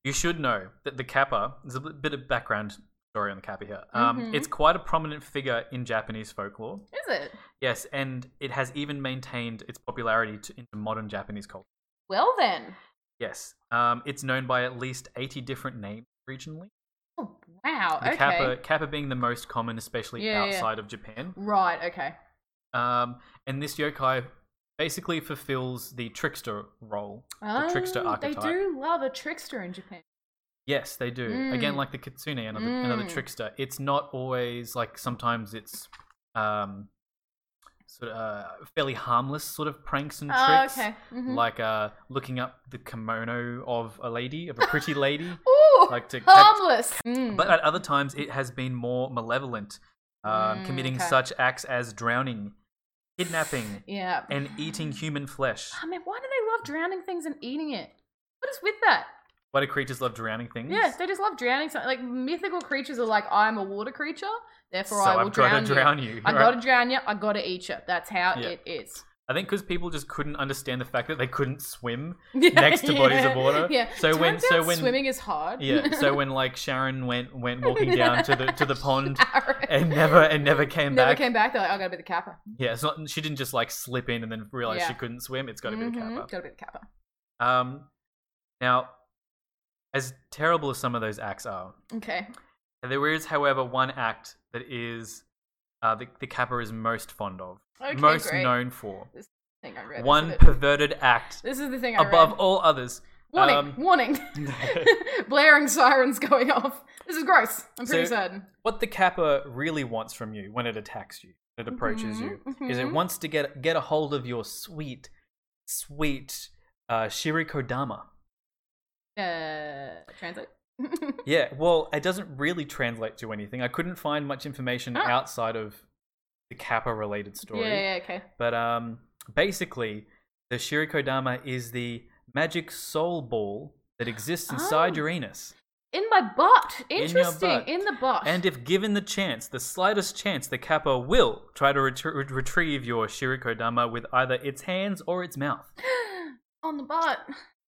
S2: you should know that the kappa, there's a bit bit of background story on the kappa here. Um,
S1: Mhm.
S2: It's quite a prominent figure in Japanese folklore.
S1: is it?
S2: Yes, and it has even maintained its popularity to, into modern Japanese culture.
S1: Well then.
S2: Yes. Um, it's known by at least 80 different names regionally.
S1: Oh wow.
S2: The
S1: okay.
S2: kappa, kappa being the most common, especially
S1: Yeah, yeah, yeah.
S2: outside of Japan.
S1: Right. Okay.
S2: Um, and this yokai basically fulfills the trickster role.
S1: Oh,
S2: trickster archetype.
S1: They do love a trickster in Japan.
S2: Yes, they do.
S1: Mm.
S2: Again, like the kitsune, another, another
S1: Mm.
S2: trickster. It's not always like sometimes it's um, sort of uh, fairly harmless sort of pranks and
S1: Oh,
S2: tricks.
S1: okay. Mhm.
S2: Like uh, looking up the kimono of a lady, of a pretty lady.
S1: Ooh,
S2: like to catch-
S1: harmless. Mm.
S2: But at other times, it has been more malevolent, um,
S1: Mm,
S2: committing
S1: okay.
S2: such acts as drowning, kidnapping,
S1: yeah.
S2: and eating human flesh.
S1: I mean, why do they love drowning things and eating it? What is with that?
S2: Why do creatures love drowning things?
S1: Yeah, they just love drowning something. Like mythical creatures are like, I'm a water creature, therefore
S2: so
S1: I will
S2: I've got
S1: drown,
S2: to
S1: you.
S2: drown you.
S1: I
S2: right?
S1: gotta drown you. I gotta eat you. That's how
S2: Yeah.
S1: it is.
S2: I think because people just couldn't understand the fact that they couldn't swim. Next to bodies of water.
S1: Yeah.
S2: So when-
S1: Turns
S2: so
S1: out
S2: when-
S1: swimming is hard.
S2: Yeah. So when like Sharon went went walking down to the to the pond
S1: Arrow.
S2: and never and never came
S1: never
S2: back.
S1: came back. They're like, I gotta be the capper.
S2: Yeah, it's not. She didn't just like slip in and then realize
S1: Yeah. Mm-hmm.
S2: she couldn't swim. It's got to be a kappa.
S1: Gotta be the capper.
S2: Um, now, as terrible as some of those acts are,
S1: Okay.
S2: there is, however, one act that is uh, the, the kappa is most fond of,
S1: Okay.
S2: most
S1: great.
S2: known for.
S1: I think I read this
S2: One
S1: bit.
S2: perverted act
S1: This is the thing I
S2: above
S1: read.
S2: all others.
S1: Warning!
S2: um,
S1: warning! Blaring sirens going off. This is gross. I'm pretty
S2: So-
S1: certain.
S2: what the kappa really wants from you when it attacks you, when it approaches you,
S1: Mhm,
S2: is it
S1: mhm.
S2: wants to get get a hold of your sweet, sweet uh, shirikodama.
S1: Uh, translate.
S2: Yeah, well, it doesn't really translate to anything. I couldn't find much information
S1: Huh.
S2: outside of the Kappa
S1: Ah.
S2: related
S1: yeah,
S2: story.
S1: yeah, okay.
S2: But um, basically, the Shirikodama is the magic soul ball that exists inside
S1: Oh.
S2: your anus.
S1: In my butt.
S2: your
S1: Interesting. In,
S2: butt.
S1: the butt.
S2: And if given the chance, the slightest chance, the Kappa will try to ret- ret- retrieve your Shirikodama with either its hands or its mouth.
S1: on the butt.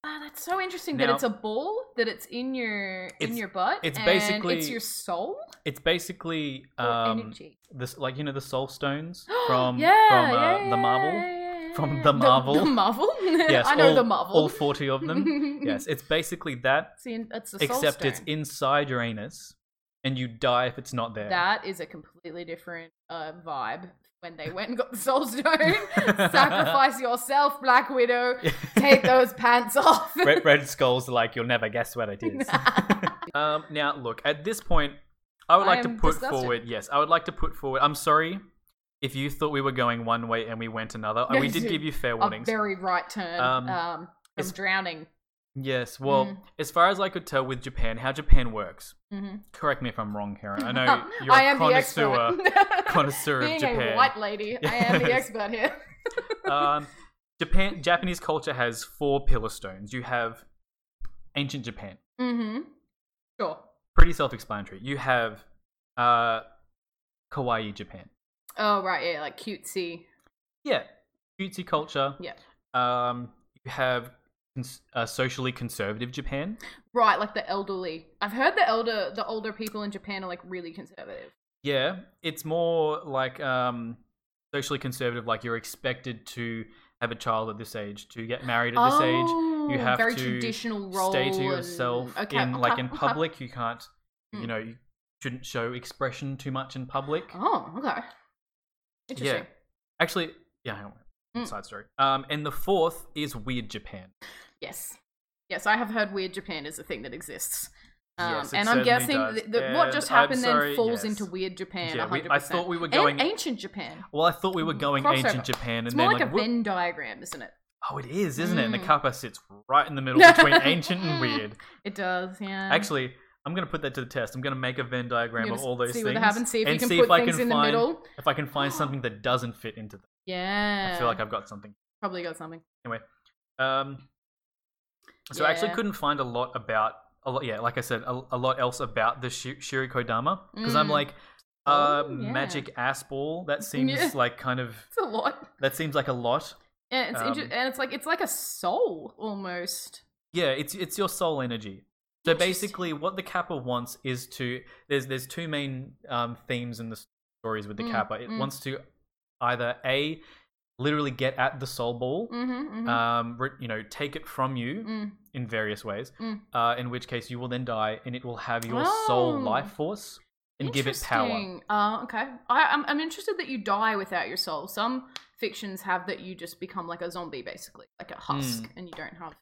S1: Ah, that's so interesting that
S2: Now-
S1: it's a ball that it's in your in
S2: It's-
S1: your butt.
S2: it's
S1: and
S2: basically-
S1: it's your soul
S2: It's basically
S1: or
S2: um,
S1: energy
S2: this, like you know the soul stones from
S1: yeah,
S2: from uh,
S1: yeah,
S2: the marble.
S1: yeah, yeah, yeah,
S2: From
S1: yeah.
S2: the
S1: The,
S2: marble.
S1: marvel.
S2: Yes,
S1: I know
S2: all,
S1: the marvel.
S2: All forty of them. yes, it's basically that,
S1: See, and it's the soul
S2: except it's
S1: stone.
S2: inside your anus, and you die if it's not there.
S1: That is a completely different uh, vibe when they went and got the soul stone. Sacrifice yourself, Black Widow. Take those pants off.
S2: Red, red skulls are like you'll never guess what it is. um, now look, at this point, I would
S1: I
S2: like to
S1: am
S2: put
S1: disgusted.
S2: forward. Yes, I would like to put forward. I'm sorry if you thought we were going one way and we went another.
S1: No,
S2: we
S1: you
S2: did
S1: did.
S2: give you fair
S1: a
S2: warnings.
S1: very right turn. Um,
S2: Um,
S1: from
S2: it's-
S1: drowning.
S2: Yes. Well,
S1: Mm.
S2: as far as I could tell with Japan, how Japan works.
S1: Mhm.
S2: Correct me if I'm wrong, Karen. I know you're
S1: Oh, I
S2: a
S1: am
S2: connoisseur,
S1: the expert.
S2: connoisseur
S1: Being
S2: of Japan.
S1: a white lady, I am the expert here.
S2: um, Japan Japanese culture has four pillar stones. You have ancient Japan,
S1: Mm-hmm. Sure.
S2: pretty self-explanatory. You have uh, kawaii Japan.
S1: Oh right, yeah, like cutesy.
S2: Yeah, cutesy culture.
S1: Yeah.
S2: Um, you have cons- uh, socially conservative Japan.
S1: Right, like the elderly. I've heard the elder, the older people in Japan are like really conservative.
S2: Yeah, it's more like um, socially conservative. Like you're expected to have a child at this age, to get married at this age. you
S1: Oh,
S2: have
S1: very
S2: to
S1: traditional role.
S2: Stay to
S1: and-
S2: yourself
S1: Oh, okay,
S2: in like
S1: okay,
S2: in
S1: okay.
S2: public. You can't,
S1: Mm.
S2: you know, you shouldn't show expression too much in public.
S1: Oh, okay. Interesting.
S2: Actually, yeah, hang on.
S1: Mm.
S2: Side story. Um, and the fourth is weird Japan.
S1: Yes. Yes, I have heard weird Japan is a thing that exists. Um,
S2: Yes, it
S1: and I'm
S2: certainly
S1: guessing
S2: does.
S1: th- that what
S2: And
S1: just
S2: I'm
S1: happened then
S2: sorry,
S1: falls
S2: yes.
S1: into weird Japan.
S2: Yeah,
S1: 100%.
S2: we- I thought we were going-
S1: And ancient Japan.
S2: Well, I thought we were going
S1: Crossover.
S2: ancient Japan, and
S1: It's
S2: then
S1: more like, a
S2: whoop-
S1: Venn diagram, isn't it?
S2: oh, it is, isn't it? And the
S1: Mm.
S2: kappa sits right in the middle between ancient
S1: Mm.
S2: and weird.
S1: It does, yeah.
S2: Actually, I'm gonna put that to the test. I'm gonna make a Venn diagram
S1: You're
S2: of
S1: gonna
S2: all those
S1: see
S2: things,
S1: what happens. See if you
S2: and
S1: can
S2: see
S1: put
S2: if I
S1: things
S2: can
S1: in
S2: find
S1: the middle.
S2: if I can find something that doesn't fit into them.
S1: Yeah.
S2: I feel like I've got something.
S1: probably got something.
S2: Um, so I actually
S1: Yeah.
S2: couldn't find a lot about a lot, yeah, like I said, a, a lot else about the Shi- Shiriko Dama because I'm
S1: Mm.
S2: like, uh,
S1: Oh, yeah.
S2: magic ass ball. That seems
S1: Yeah.
S2: like kind of
S1: It's a lot.
S2: that seems like a lot.
S1: And it's inter-
S2: Um,
S1: and it's like it's like a soul almost.
S2: Yeah, it's it's your soul energy. So
S1: Interesting.
S2: basically, what the Kappa wants is to there's there's two main um, themes in the stories with the
S1: Mm,
S2: Kappa. It
S1: mm.
S2: wants to either a literally get at the soul ball,
S1: Mm-hmm,
S2: um, re- you know, take it from you
S1: mm.
S2: in various ways.
S1: Mm.
S2: Uh, in which case, you will then die, and it will have your soul
S1: Oh.
S2: life force and give it power.
S1: Interesting. Uh, okay. I, I'm I'm interested that you die without your soul. Some fictions have that you just become like a zombie, basically, like a husk,
S2: Hmm.
S1: and you don't have.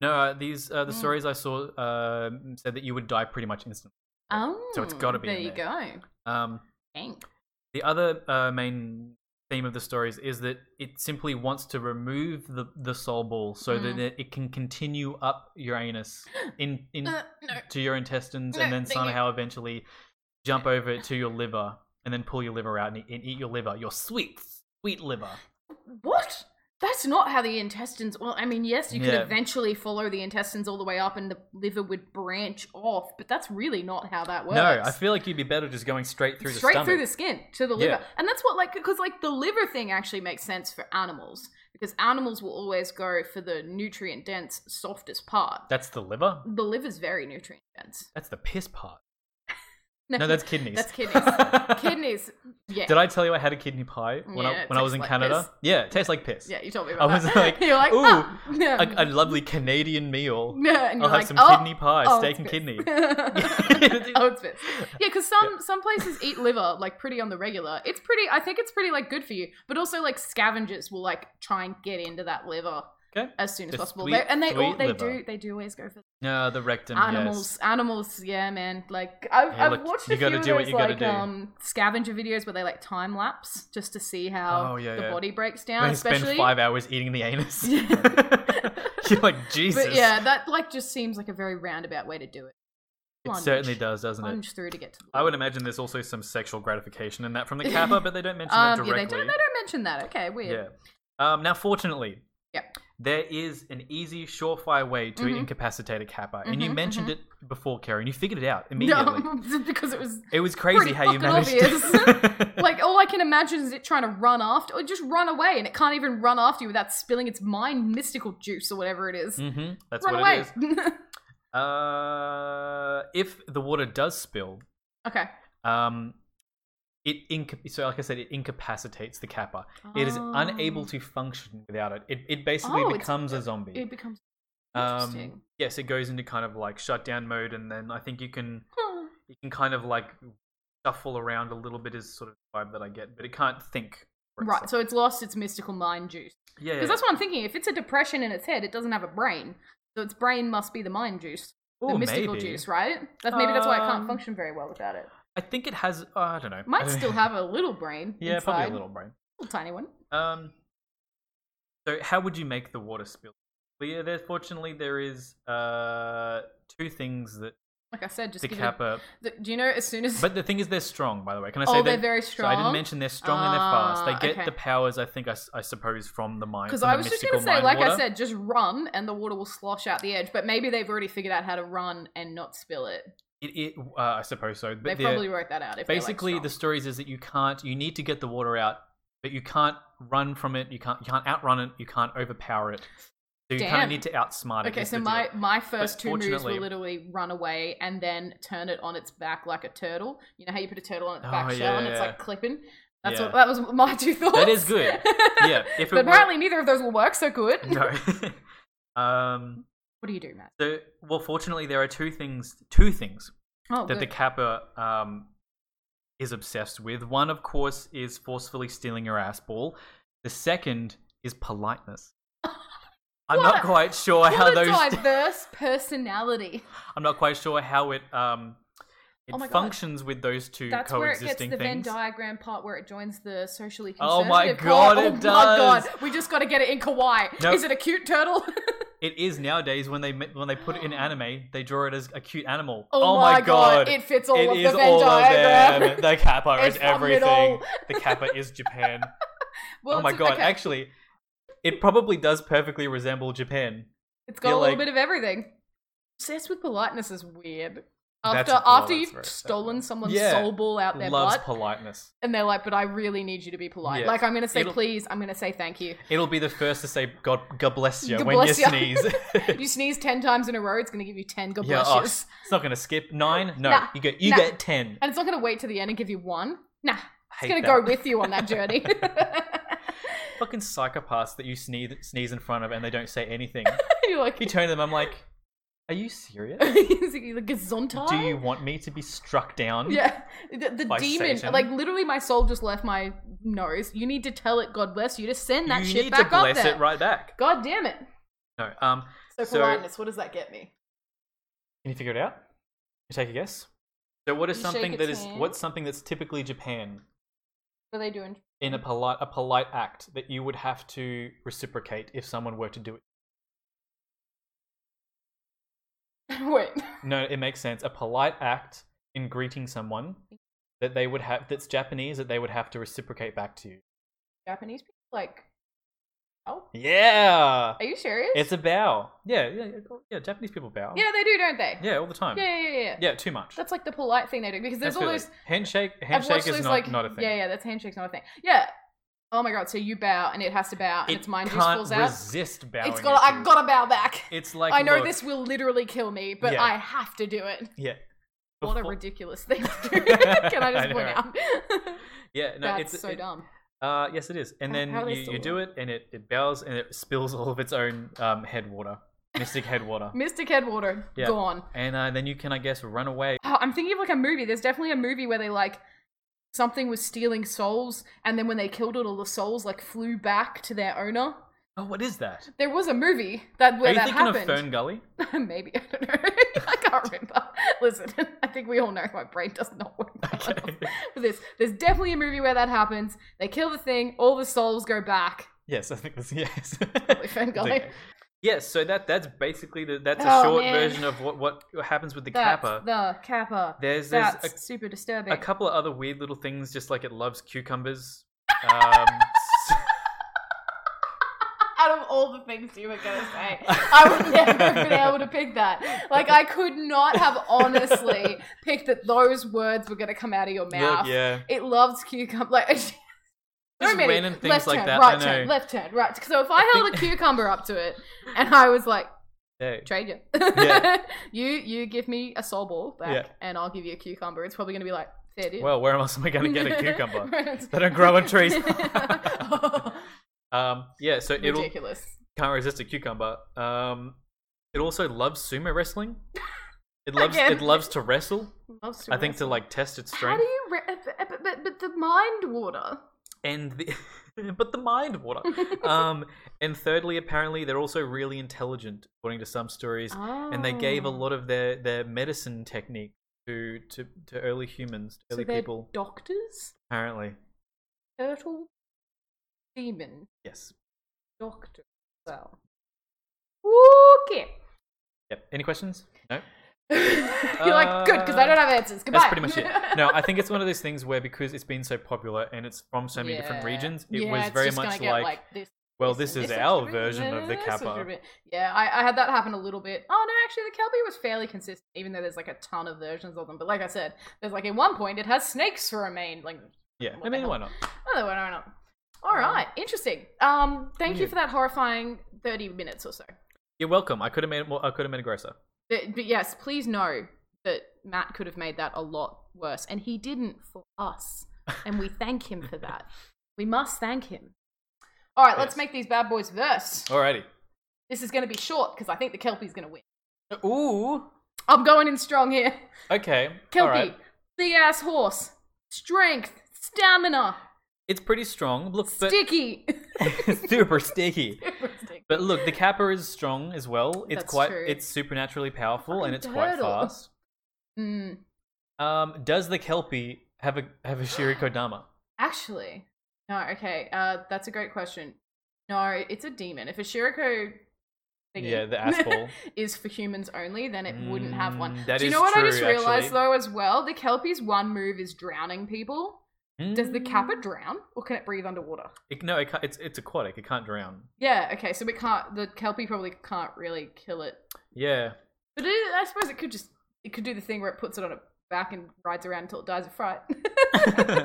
S2: No, uh, these uh, the
S1: Mm.
S2: stories I saw uh, said that you would die pretty much instantly.
S1: Oh,
S2: So it's gotta be
S1: There
S2: in
S1: you go.
S2: Um,
S1: Thank.
S2: The other uh, main theme of the stories is that it simply wants to remove the, the soul ball so
S1: Mm.
S2: that it, it can continue up Uranus in, in
S1: Uh, no.
S2: to your intestines
S1: No,
S2: and then
S1: thank you.
S2: somehow eventually jump over to your liver and then pull your liver out and, eat- and eat your liver, your sweet, sweet liver.
S1: What? That's not how the intestines. Well, I mean, yes, you could
S2: Yeah.
S1: eventually follow the intestines all the way up, and the liver would branch off, but that's really not how that works.
S2: No, I feel like you'd be better just going straight through
S1: straight
S2: the stomach.
S1: through the skin to the
S2: Yeah.
S1: liver, and that's what like because like the liver thing actually makes sense for animals because animals will always go for the nutrient dense, softest part.
S2: That's the liver?
S1: the liver's very nutrient dense.
S2: That's the piss part. No, that's kidneys.
S1: that's kidneys. kidneys. Yeah.
S2: Did I tell you I had a kidney pie when
S1: Yeah,
S2: I
S1: it
S2: when I was
S1: tastes
S2: in
S1: like
S2: Canada?
S1: piss.
S2: Yeah, it tastes like piss.
S1: Yeah, you told me about
S2: I was
S1: that.
S2: like,
S1: You're like,
S2: "Ooh,
S1: ah, yeah.
S2: a, a lovely Canadian meal.
S1: Yeah, and you're
S2: I'll have
S1: like,
S2: some
S1: oh,
S2: kidney pie,
S1: oh, it's
S2: steak and
S1: piss.
S2: kidney.
S1: oh, it's piss. Yeah, because some some places eat liver like pretty on the regular. It's pretty. I think it's pretty like good for you. But also like scavengers will like try and get into that liver
S2: Okay.
S1: as soon as
S2: The
S1: possible.
S2: sweet-
S1: They- and they all
S2: sweet
S1: they
S2: liver.
S1: do they do always go for
S2: No, the rectum.
S1: animals. Animals, yeah, man. Like I've,
S2: Yeah,
S1: I've
S2: look,
S1: watched
S2: you
S1: a
S2: gotta
S1: few of
S2: do what
S1: those
S2: you gotta
S1: like
S2: do.
S1: um scavenger videos where they like time lapse just to see how
S2: Oh, yeah,
S1: the
S2: yeah.
S1: body breaks
S2: Yes.
S1: down.
S2: They
S1: especially,
S2: spend five hours eating the anus.
S1: Yeah.
S2: You're like Jesus.
S1: but yeah, that like just seems like a very roundabout way to do it.
S2: it
S1: plunge.
S2: certainly does, doesn't it?
S1: Plunge through to get to. The
S2: I would imagine there's also some sexual gratification in that from the kappa, but they don't mention
S1: Um,
S2: it
S1: yeah,
S2: directly.
S1: they don't. They don't mention that. Okay, weird.
S2: Yeah. Um, now, fortunately,
S1: Yeah.
S2: there is an easy, surefire way to
S1: Mhm.
S2: incapacitate a kappa, and you
S1: Mhm,
S2: mentioned it before, Karen. You figured it out immediately.
S1: No, because it was
S2: It was crazy
S1: Pretty
S2: how you
S1: fucking
S2: managed.
S1: obvious.
S2: it.
S1: like all I can imagine is it trying to run after, or just run away, and it can't even run after you without spilling its mind mystical juice or whatever it is.
S2: hmm That's
S1: run
S2: what
S1: away.
S2: it is. Uh, if the water does spill,
S1: okay.
S2: um, it inca- so like I said, it incapacitates the kappa. It is
S1: Oh.
S2: unable to function without it. It, it basically
S1: Oh, it's-
S2: becomes a zombie.
S1: It becomes interesting.
S2: um, yes, it goes into kind of like shutdown mode, and then I think you can
S1: Huh.
S2: you can kind of like shuffle around a little bit is sort of the vibe that I get, but it can't think. for
S1: Right,
S2: itself.
S1: so it's lost its mystical mind juice.
S2: yeah,
S1: Because that's what I'm thinking. If it's a depression in its head, it doesn't have a brain. So its brain must be the mind juice,
S2: Ooh,
S1: the mystical
S2: maybe.
S1: juice, right? That, maybe that's why it can't
S2: Um,
S1: function very well without it.
S2: I think it has. Uh, I don't know. I
S1: Might
S2: don't-
S1: still have a little brain.
S2: Yeah,
S1: inside.
S2: probably a little brain.
S1: Little tiny one.
S2: Um, so how would you make the water spill? Well, yeah, there, fortunately, there is uh two things that
S1: Like I said, just
S2: the
S1: give
S2: kappa.
S1: It, the, do you know as soon as
S2: But the thing is, they're strong. By the way, can I say
S1: oh
S2: that?
S1: they're very
S2: so
S1: strong.
S2: I didn't mention they're strong and they're fast.
S1: Ah,
S2: They get
S1: okay.
S2: the powers. I think I, s- I suppose from the mind.
S1: because
S2: from
S1: I
S2: the
S1: was just
S2: mystical
S1: gonna say,
S2: mind
S1: like I
S2: water.
S1: said, just run and the water will slosh out the edge. But maybe they've already figured out how to run and not spill it.
S2: it, it uh, I suppose so. But
S1: They
S2: they're-
S1: probably worked that out. If they're, like,
S2: basically the
S1: strong.
S2: stories is that you can't you need to get the water out but you can't run from it you can't you can't outrun it you can't overpower it so you kind of
S1: Damn.
S2: need to outsmart it
S1: Okay,
S2: is
S1: so
S2: the
S1: my
S2: deal.
S1: my first two moves were
S2: fortunately-
S1: literally run away and then turn it on its back like a turtle. You know how you put a turtle on its
S2: Oh,
S1: back shell
S2: yeah,
S1: and it's
S2: yeah.
S1: like clipping. That's
S2: Yeah.
S1: what that was my two thoughts.
S2: That is good. yeah if
S1: but
S2: it were-
S1: apparently neither of those will work. So good.
S2: no um
S1: What do you do, Matt?
S2: so well fortunately there are two things two things
S1: Oh,
S2: that the
S1: good.
S2: kappa um is obsessed with one of course is forcefully stealing your ass ball the second is politeness i'm
S1: What
S2: not
S1: a-
S2: quite sure how
S1: what a
S2: those
S1: diverse personality.
S2: I'm not quite sure how it um it
S1: Oh my God.
S2: functions with those two
S1: That's where it gets
S2: coexisting
S1: the Venn
S2: things.
S1: diagram part where it joins the socially
S2: Oh
S1: conservative.
S2: my
S1: part.
S2: God, it
S1: oh my
S2: does.
S1: god! We just got to get it in Kauai.
S2: Nope.
S1: Is it a cute turtle?
S2: it is nowadays when they ma- when they put it in anime, they draw it as a cute animal.
S1: Oh, my god. It fits all
S2: It
S1: of
S2: is
S1: the Venn
S2: all of
S1: diagram.
S2: them. The kappa
S1: It's
S2: is
S1: from it all.
S2: everything. The kappa is Japan.
S1: Well,
S2: oh my
S1: it's-
S2: god!
S1: okay.
S2: Actually, it probably does perfectly resemble Japan.
S1: it's got a
S2: you're
S1: little
S2: like-
S1: bit of everything. obsessed with politeness is weird.
S3: That's-
S1: After
S3: well,
S1: after
S3: that's
S1: you've
S3: very sad.
S1: stolen someone's
S2: Yeah.
S1: soul ball out their
S2: Loves
S1: butt,
S2: politeness.
S1: and they're like, "But I really need you to be polite.
S2: Yeah.
S1: Like, I'm gonna say
S2: It'll-
S1: please. I'm gonna say thank you.
S2: It'll be the first to say God, God bless you
S1: God
S2: when
S1: bless
S2: you
S1: ya.
S2: sneeze.
S1: If you sneeze ten times in a row, it's gonna give you ten God
S2: yeah,
S1: bless
S2: oh,
S1: yous.
S2: it's not gonna skip nine. No,
S1: Nah,
S2: you get you
S1: nah.
S2: get ten.
S1: and it's not gonna wait to the end and give you one. Nah,
S2: I
S1: it's
S2: hate
S1: gonna
S2: that.
S1: go with you on that journey.
S2: Fucking psychopaths that you sneeze sneeze in front of and they don't say anything.
S1: You're like,
S2: you turn to them, I'm like, Are you serious?
S1: He's like, the Gesundheit?
S2: Do you want me to be struck down?
S1: Yeah, the, the
S2: By
S1: demon.
S2: Satan?
S1: Like literally, my soul just left my nose. You need to tell it. God bless you. To send that
S2: you
S1: shit
S2: need
S1: back
S2: to bless
S1: up there.
S2: it right back.
S1: God damn it.
S2: No. Um,
S1: So
S2: So-
S1: politeness. what does that get me?
S2: can you figure it out? You take a guess. So what is
S1: You shake
S2: something that
S1: its
S2: is
S1: hand.
S2: what's something that's typically Japan
S1: What are they doing?
S2: in a polite a polite act that you would have to reciprocate if someone were to do it?
S1: Wait.
S2: No, it makes sense. A polite act in greeting someone that they would have that's Japanese that they would have to reciprocate back to you.
S1: Japanese people like. Oh,
S2: Yeah.
S1: are you serious?
S2: It's a bow. Yeah, yeah, yeah, yeah. Japanese people bow.
S1: yeah, they do, don't they?
S2: Yeah, all the time.
S1: Yeah, yeah, yeah. yeah.
S2: Yeah, too much.
S1: That's like the polite thing they do because there's all
S2: Absolutely.
S1: those
S2: handshake.
S1: I've watched
S2: Handshake is
S1: those,
S2: not,
S1: like,
S2: not a thing.
S1: Yeah, yeah, that's handshake's not a thing. Yeah. Oh my god, so you bow and it has to bow and
S2: It
S1: its mind just
S2: can't
S1: falls out.
S2: resist bowing.
S1: It's got
S2: at
S1: I
S2: you.
S1: gotta bow back.
S2: It's like
S1: I know
S2: look,
S1: this will literally kill me, but
S2: Yeah.
S1: I have to do it.
S2: Yeah.
S1: What a
S2: Before-
S1: ridiculous thing to do. Can I
S2: I
S1: just
S2: know.
S1: point out?
S2: Yeah, no,
S1: That's
S2: it's
S1: so
S2: it-
S1: dumb.
S2: Uh, yes, it is. And
S1: How-
S2: then
S1: how are they
S2: you,
S1: still
S2: you do it, and it, it bows, and it spills all of its own um, headwater, mystic headwater.
S1: Mystic Headwater,
S2: Yeah.
S1: gone.
S2: and uh, then you can, I guess, run away.
S1: Oh, I'm thinking of like a movie. There's definitely a movie where they like something was stealing souls, and then when they killed it, all the souls like flew back to their owner.
S2: Oh, what is that?
S1: There was a movie that
S2: Are
S1: where
S2: you
S1: that
S2: thinking
S1: happened.
S2: of Fern Gully?
S1: Maybe I don't know. I can't remember. Listen, I think we all know my brain does not work. well enough
S2: Okay.
S1: For this, there's definitely a movie where that happens. They kill the thing, all the souls go back.
S2: yes, I think that's yes.
S1: Probably Fern Gully.
S2: Yes, so that that's basically the, that's a
S1: Oh,
S2: short
S1: man.
S2: version of what what happens with the
S1: That's
S2: kappa.
S1: the kappa.
S2: there's there's
S1: That's
S2: a
S1: super disturbing.
S2: a couple of other weird little things, just like it loves cucumbers. Um,
S1: Out of all the things you were gonna say, I would never have been able to pick that. Like I could not have honestly picked that those words were gonna come out of your mouth.
S2: yeah,
S1: It loves cucumber. Like
S2: just
S1: so many.
S2: random things
S1: left
S2: like
S1: turn,
S2: that.
S1: Right
S2: I know.
S1: turn, left turn, right. turn. So if I held a cucumber up to it and I was like,
S2: Yeah.
S1: trade you,
S2: Yeah.
S1: you you give me a soul ball back,
S2: Yeah.
S1: and I'll give you a cucumber. It's probably gonna be like fair deal.
S2: Well, where else am I going to get a cucumber?
S1: Right.
S2: They don't grow on trees.
S1: Ridiculous.
S2: um, yeah, so it'll can't resist a cucumber. Um, it also loves sumo wrestling. It loves
S1: Again.
S2: it loves to wrestle.
S1: Loves
S2: I think to like test its
S1: How
S2: strength.
S1: do you? Re- uh, but, but- but, but the mind water.
S2: and the but the mind water. um, and thirdly, apparently they're also really intelligent, according to some stories. Um, and they gave a
S1: Oh.
S2: lot of their, their medicine technique to, to, to early humans,
S1: Oh.
S2: to
S1: So
S2: early
S1: they're
S2: people,
S1: doctors,
S2: apparently.
S1: turtle, demon,
S2: Yes.
S1: doctor. Well, okay.
S2: Yep. Any questions? No.
S1: You're like good because I don't have answers. Goodbye.
S2: Uh, That's pretty much it. No, I think it's one of those things where because it's been so popular and it's from so many different
S1: Yeah.
S2: regions, it
S1: Yeah,
S2: was
S1: it's
S2: very
S1: just gonna
S2: much
S1: get,
S2: like,
S1: this,
S2: well,
S1: and
S2: this is
S1: and
S2: our
S1: this and
S2: version of
S1: this
S2: the
S1: and
S2: kappa.
S1: this. Yeah, I, I had that happen a little bit. Oh no, actually, the Kelpie was fairly consistent, even though there's like a ton of versions of them. But like I said, there's like at one point it has snakes for a main. Like,
S2: Yeah,
S1: What
S2: I
S1: the
S2: mean,
S1: hell?
S2: why not?
S1: oh, why not? All right, interesting. Um, thank you
S2: Oh. Weird.
S1: for that horrifying thirty minutes or so.
S2: You're welcome. I could have made it more. I could have made it grosser.
S1: But, but yes, please know that Matt could have made that a lot worse, and he didn't for us, and we thank him for that. We must thank him. All right, let's
S2: Yes.
S1: make these bad boys verse.
S2: Alrighty.
S1: This is going to be short because I think the Kelpie's going to win.
S2: Ooh.
S1: I'm going in strong here.
S2: Okay.
S1: Kelpie,
S2: alright.
S1: big ass horse, strength, stamina,
S2: It's pretty strong. Look, but
S1: sticky.
S2: super sticky. But look, the Kappa is strong as well. It's
S1: That's
S2: quite
S1: true.
S2: it's supernaturally powerful
S1: Fucking
S2: and it's quite
S1: turtle.
S2: fast.
S1: Mm,
S2: Um, does the Kelpie have a have a Shirikodama?
S1: actually, no. Okay, uh, that's a great question. No, it's a demon. If a Shiriko, thingy
S2: Yeah, the ass ball.
S1: is for humans only, then it wouldn't have one.
S2: Mm, that
S1: Do you
S2: is
S1: know what I just
S2: true,
S1: realized
S2: actually.
S1: though as well? The Kelpie's one move is drowning people. Does the
S2: Mm.
S1: Kappa drown, or can it breathe underwater?
S2: It, no, it can't, it's it's aquatic. It can't drown.
S1: Yeah. Okay. So we can't. The Kelpie probably can't really kill it
S2: Yeah,
S1: But it, I suppose it could just it could do the thing where it puts it on its back and rides around until it dies of fright.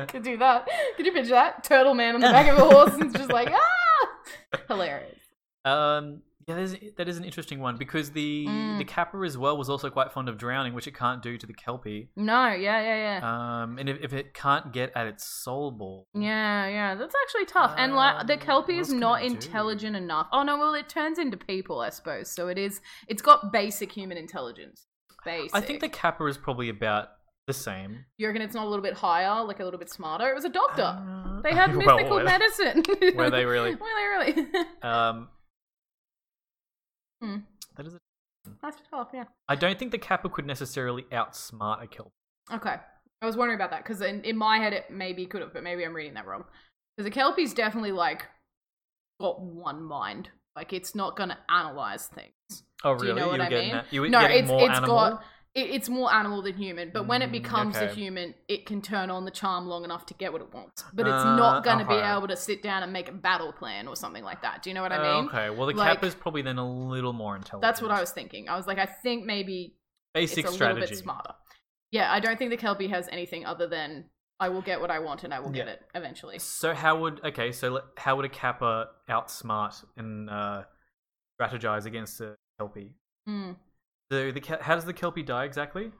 S1: could do that. Could you picture that turtle man on the back of a horse and it's just like ah, hilarious.
S2: Um, yeah, that is, that is an interesting one because the
S1: Mm.
S2: the kappa as well was also quite fond of drowning, which it can't do to the kelpie.
S1: No, yeah, yeah, yeah.
S2: Um, and if, if it can't get at its soul ball,
S1: yeah, yeah, that's actually tough. and like the
S2: Um, what
S1: kelpie is
S2: else can
S1: not
S2: it do?
S1: intelligent enough. Oh no, well it turns into people, I suppose. So it is. It's got basic human intelligence. Basic.
S2: I think the kappa is probably about the same.
S1: you reckon it's not a little bit higher, like a little bit smarter. It was a doctor.
S2: Uh,
S1: They had
S2: well,
S1: mystical
S2: were-
S1: medicine.
S2: Were they really?
S1: Were they really?
S2: Um,
S1: Hmm.
S2: that is. A,
S1: That's tough, yeah.
S2: I don't think the kappa could necessarily outsmart a kelpie.
S1: Okay. I was wondering about that because in, in my head it maybe could have, but maybe I'm reading that wrong. Because a Kelpie's definitely like got one mind. Like it's not going to analyze things.
S2: Oh,
S1: Do
S2: really?
S1: you know what
S2: were
S1: I
S2: getting
S1: mean?
S2: that? You were
S1: No,
S2: getting
S1: it's-
S2: more
S1: it's
S2: animal.
S1: got- It, it's more animal than human, but when it
S2: Mm,
S1: becomes a
S2: okay.
S1: human, it can turn on the charm long enough to get what it wants. But it's not
S2: Uh,
S1: going to be
S2: okay.
S1: able to sit down and make a battle plan or something like that. Do you know what I mean?
S2: okay. Well, the
S1: Like-
S2: kappa is probably then a little more intelligent.
S1: That's what I was thinking. I was like, I think maybe
S2: Basic
S1: it's a
S2: strategy.
S1: little bit smarter. Yeah, I don't think the Kelpie has anything other than I will get what I want and I will get it eventually.
S2: So how would okay? So le- how would a kappa outsmart and uh, strategize against a kelpie?
S1: Hmm.
S2: The, the ke- how does the kelpie die exactly?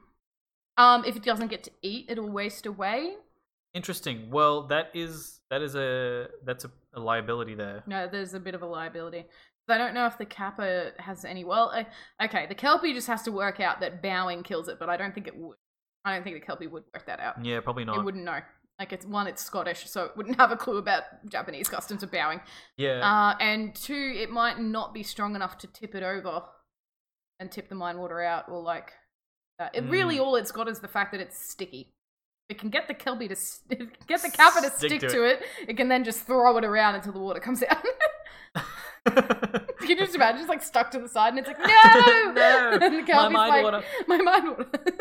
S1: Um, if it doesn't get to eat, it'll waste away.
S2: Interesting. Well, that is that is a that's a, a liability there.
S1: No, there's a bit of a liability. I don't know if the kappa has any. Well, I, okay, the kelpie just has to work out that bowing kills it, but I don't think it would. I don't think the kelpie would work that out.
S2: Yeah, probably
S1: It
S2: not.
S1: wouldn't know. Like it's one, it's Scottish, so it wouldn't have a clue about Japanese customs of bowing.
S2: yeah.
S1: Uh, and two, it might not be strong enough to tip it over and tip the mine water out, or like that. It really, all it's got is the fact that it's sticky. It can get the kelpie to s- it can get the kappa to stick, to, it. it. can then just throw it around until the water comes out. can you just imagine, just like stuck to the side, and it's like no,
S2: No,
S1: and the
S2: My
S1: kelpie's
S2: mind
S1: like
S2: water.
S1: my mind water.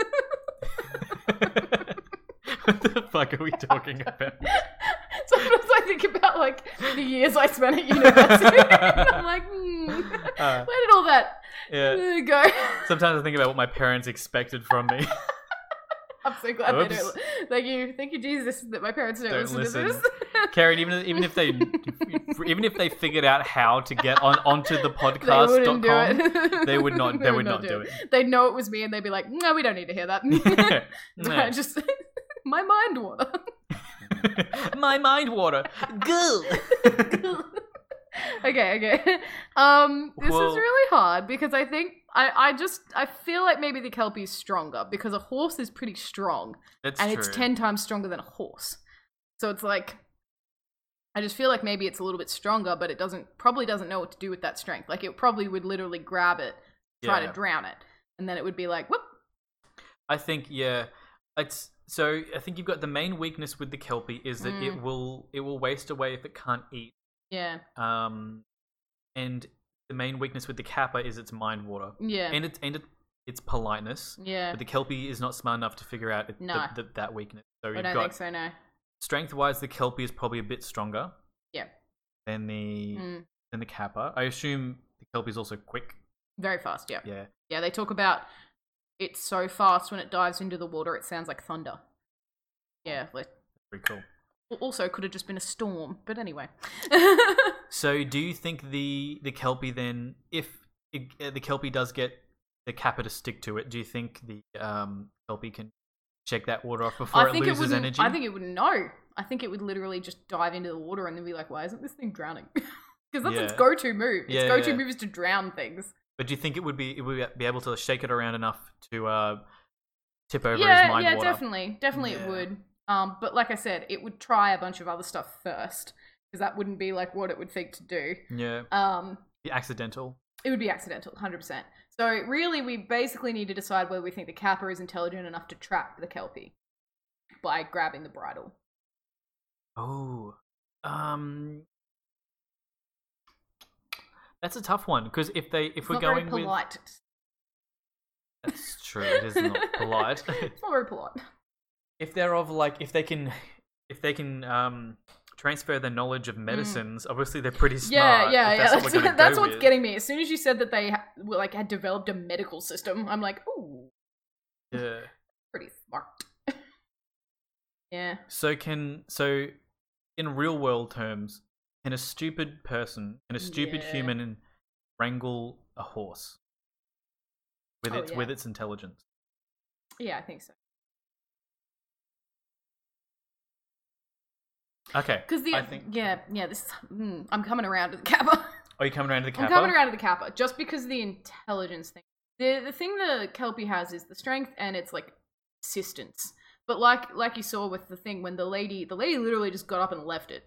S2: what the fuck are we talking about?
S1: Sometimes I think about like the years I spent at university. and I'm like, hmm,
S2: Uh,
S1: where did all that
S2: yeah.
S1: uh, go?
S2: Sometimes I think about what my parents expected from me.
S1: I'm so glad they
S2: Oops.
S1: don't. Thank you, thank you, Jesus, that my parents don't,
S2: Don't
S1: listen,
S2: listen.
S1: to this.
S2: Karen, even even if they even if they figured out how to get on onto the
S1: they wouldn't do
S2: podcast.com,
S1: it.
S2: they would not they would not do it.
S1: They'd know it was me, and they'd be like, "No, we don't need to hear that." I
S2: Nah.
S1: just my mind water.
S2: My mind water. Goo.
S1: okay, okay. Um, this
S2: Well-
S1: is really hard because I think I I just I feel like maybe the kelpie is stronger because a horse is pretty strong.
S2: That's
S1: and
S2: true.
S1: it's 10 times stronger than a horse. So it's like I just feel like maybe it's a little bit stronger, but it doesn't probably doesn't know what to do with that strength. Like it probably would literally grab it, try
S2: Yeah.
S1: to drown it, and then it would be like, whoop.
S2: I think yeah. It's so I think you've got the main weakness with the kelpie is that
S1: Mm.
S2: it will it will waste away if it can't eat.
S1: Yeah.
S2: Um and the main weakness with the kappa is its mind water.
S1: Yeah.
S2: And it's and it, its politeness.
S1: yeah.
S2: But the kelpie is not smart enough to figure out it,
S1: No.
S2: the, the, that weakness. So
S1: I
S2: you've
S1: don't
S2: got
S1: think so, no.
S2: strength wise, the Kelpie is probably a bit stronger.
S1: Yeah.
S2: Than the
S1: Mm.
S2: than the Kappa. I assume the Kelpie is also quick.
S1: Very fast, yeah. yeah.
S2: Yeah.
S1: they talk about it's so fast when it dives into the water it sounds like thunder.
S2: Oh.
S1: Yeah, like
S2: Pretty cool.
S1: also could have just been a storm, but anyway.
S2: So do you think the the Kelpie then, if it, uh, the Kelpie does get the Kappa to stick to it, do you think the um, Kelpie can shake that water off before
S1: I
S2: it
S1: think
S2: loses
S1: wouldn't,
S2: energy?
S1: I think it would know. I think it would literally just dive into the water and then be like, "Why isn't this thing drowning?" Because that's its
S2: Yeah.
S1: go-to move.
S2: Yeah,
S1: its go-to
S2: yeah.
S1: move is to drown things.
S2: but do you think it would be it would be able to shake it around enough to uh, tip over his
S1: yeah,
S2: mind
S1: yeah,
S2: water?
S1: definitely, definitely
S2: Yeah.
S1: it would. Um, but like I said, it would try a bunch of other stuff first because that wouldn't be like what it would think to do.
S2: Yeah.
S1: Um,
S2: Be accidental.
S1: it would be accidental, hundred percent. So really, we basically need to decide whether we think the Kappa is intelligent enough to trap the Kelpie by grabbing the bridle.
S2: Oh, um, that's a tough one because if they if
S1: It's
S2: we're
S1: not
S2: going
S1: very
S2: with
S1: polite.
S2: that's true, it is not polite.
S1: it's not very polite.
S2: if they're of like if they can if they can um transfer their knowledge of medicines. Obviously, they're pretty
S1: Mm. Yeah, yeah,
S2: smart. if
S1: yeah.
S2: That's,
S1: That's,
S2: what
S1: that's,
S2: we're gonna go
S1: what's
S2: with.
S1: getting me. As soon as you said that they ha- were, like had developed a medical system, I'm like, ooh,
S2: Yeah.
S1: pretty smart. yeah.
S2: So can so in real world terms, can a stupid person, can a stupid
S1: Yeah.
S2: human wrangle a horse with
S1: Oh,
S2: its
S1: yeah.
S2: with its intelligence?
S1: Yeah, I think so.
S2: Okay.
S1: Because the
S2: I think-
S1: yeah yeah this mm, I'm coming around to the Kappa.
S2: Are you coming around to the
S1: I'm
S2: kappa?
S1: coming around to the Kappa just because of the intelligence thing. The the thing the Kelpie has is the strength and it's like assistance. But like like you saw with the thing when the lady the lady literally just got up and left it,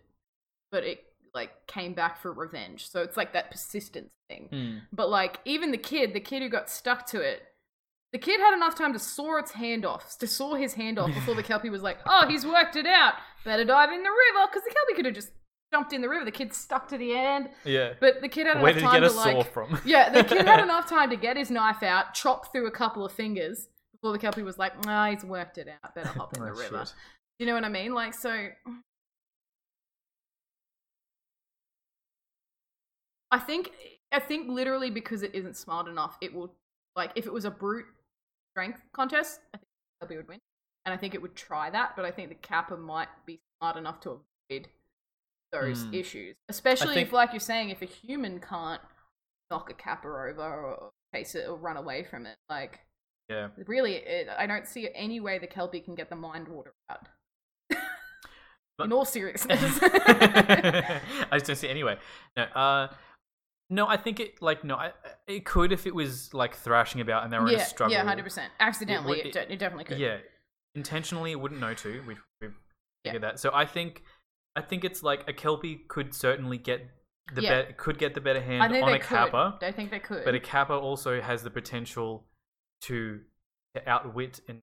S1: but it like came back for revenge. So it's like that persistence thing.
S2: Hmm.
S1: But like even the kid, the kid who got stuck to it, the kid had enough time to saw its hand off, to saw his hand off before the kelpie was like, "Oh, he's worked it out. Better dive in the river," because the kelpie could have just jumped in the river. The kid's stuck to the end,
S2: Yeah.
S1: but the kid had
S2: Where
S1: enough
S2: did he
S1: time
S2: get a
S1: to
S2: saw
S1: like,
S2: from?
S1: yeah, the kid had enough time to get his knife out, chop through a couple of fingers before the kelpie was like, "Nah, he's worked it out. Better hop in the
S2: Oh,
S1: river."
S2: shit.
S1: Do you know what I mean? Like, so. I think I think literally because it isn't smart enough, it will like if it was a brute strength contest, I think Kelpie would win, and I think it would try that. But I think the Kappa might be smart enough to avoid those
S2: Hmm.
S1: issues, especially
S2: think-
S1: if, like you're saying, if a human can't knock a Kappa over or chase it or run away from it, like
S2: Yeah.
S1: really, it, I don't see any way the Kelpie can get the mind water out.
S2: But-
S1: In all seriousness.
S2: I just don't see anyway. No, uh, no, I think it like no, I, it could if it was like thrashing about and they were in a
S1: yeah,
S2: struggle.
S1: yeah, hundred percent. Accidentally,
S2: would-
S1: it, de- it definitely could.
S2: Yeah, intentionally it wouldn't know to. We we
S1: Yeah.
S2: figured that. So I think I think it's like a kelpie could certainly get the
S1: Yeah.
S2: bet could get the better hand
S1: I think
S2: on
S1: they
S2: a
S1: could.
S2: kappa,
S1: I think they could.
S2: but a kappa also has the potential to to outwit and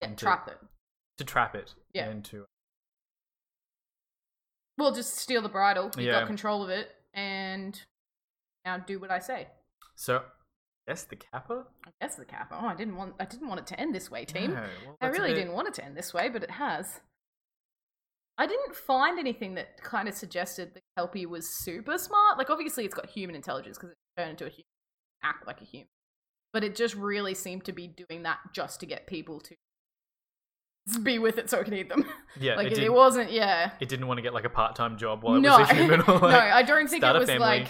S1: Yeah,
S2: and to-
S1: trap them.
S2: to trap it.
S1: Yeah.
S2: and to
S1: Well, just steal the bridle. You
S2: Yeah.
S1: got control of it, and now do what I say.
S2: so yes, the kappa.
S1: That's the cap. Oh, I didn't want. I didn't want it to end this way, team.
S2: No, well,
S1: I
S2: that's a
S1: really
S2: bit-
S1: didn't want it to end this way, but it has. I didn't find anything that kind of suggested that Kelpie was super smart. Like, obviously, it's got human intelligence because it turned into a human, act like a human. But it just really seemed to be doing that just to get people to be with it so it can eat them.
S2: Yeah,
S1: like,
S2: it
S1: it,
S2: didn't-
S1: wasn't, yeah.
S2: it didn't want to get like a part-time job while
S1: no,
S2: it was a human. Or, like,
S1: no, I don't think
S2: start
S1: it
S2: a
S1: was
S2: family.
S1: like,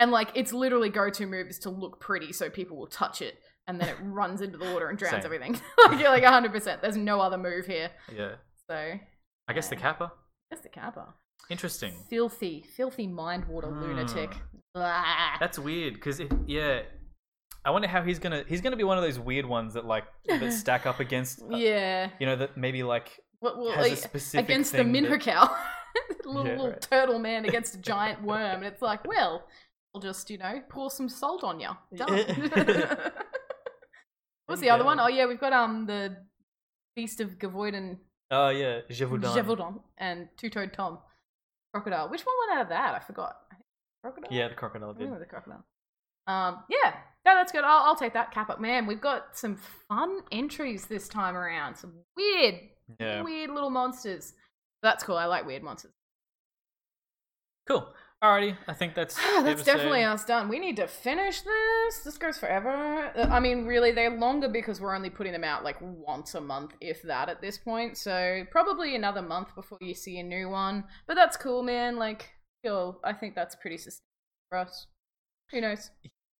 S1: and like its literally go-to move is to look pretty so people will touch it, and then it runs into the water and drowns
S2: Same.
S1: everything. like, you're like 100. percent There's no other move here.
S2: yeah,
S1: So
S2: I guess the
S1: Yeah.
S2: kappa.
S1: that's the Kappa.
S2: Interesting.
S1: Filthy, filthy mind water
S2: Hmm.
S1: lunatic. Blah.
S2: That's weird because yeah, I wonder how he's gonna he's gonna be one of those weird ones that like that stack up against uh,
S1: yeah.
S2: you know that maybe like
S1: What, what,
S2: has a
S1: like,
S2: specific
S1: against the
S2: thing that-
S1: Minho cow. little
S2: Yeah,
S1: little
S2: right.
S1: turtle man against a giant worm. And it's like, well, I'll just, you know, pour some salt on you. Done.
S2: Yeah.
S1: What's
S2: There
S1: the
S2: you
S1: other one?
S2: go.
S1: Oh, yeah, we've got um the Beast of Gavoidan,
S2: Oh yeah, Jevoudin.
S1: Jevodon, and Two Toed Tom. Crocodile. Which one went out of that? I forgot. I think Crocodile?
S2: Yeah, the crocodile did.
S1: Ooh, the crocodile. Um, yeah, no, that's good. I'll, I'll take that cap up, man. We've got some fun entries this time around. Some weird,
S2: Yeah,
S1: weird little monsters. That's cool. I like weird monsters.
S2: cool. Alrighty, I think that's
S1: that's
S2: episode-
S1: definitely us done. We need to finish this. This goes forever. Uh, I mean, really, they're longer because we're only putting them out like once a month, if that, at this point. So probably another month before you see a new one. But that's cool, man. Like, yo, I think that's pretty sustainable for us. Who knows?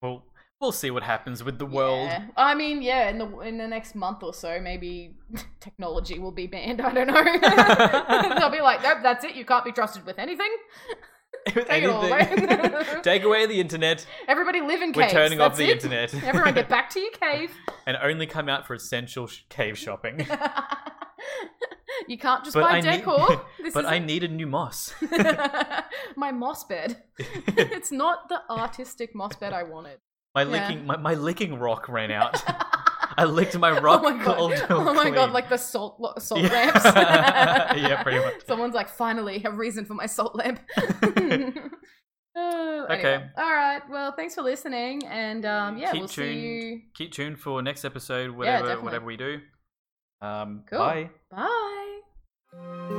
S2: Well, we'll see what happens with the world.
S1: Yeah. I mean, yeah, in the in the next month or so, maybe technology will be banned. I don't know. They'll be like, nope, that's it. You can't be trusted with anything.
S2: With
S1: Take it all
S2: anything.
S1: away.
S2: Take away the internet.
S1: Everybody live in
S2: We're
S1: caves.
S2: turning off
S1: that's
S2: the
S1: it.
S2: internet.
S1: Everyone get back to your cave.
S2: and only come out for essential sh- cave shopping.
S1: you can't just
S2: But
S1: buy
S2: I need-
S1: decor. this
S2: but I
S1: is
S2: need a new moss.
S1: my moss bed. it's not the artistic moss bed I wanted.
S2: My
S1: Yeah.
S2: licking my, my licking rock ran out. I licked my rock.
S1: oh my god!
S2: cold and
S1: oh my god!
S2: clean.
S1: Like the salt lo- salt
S2: Yeah.
S1: lamps.
S2: Yeah, pretty much.
S1: Someone's like, finally, a reason for my salt lamp. Oh, anyway.
S2: Okay. Mm,
S1: All right. Well, thanks for listening, and um, yeah,
S2: Keep
S1: we'll
S2: tuned.
S1: see you.
S2: keep tuned for next episode. Whatever
S1: definitely.
S2: whatever we do. Um,
S1: Cool.
S2: Bye.
S1: Bye.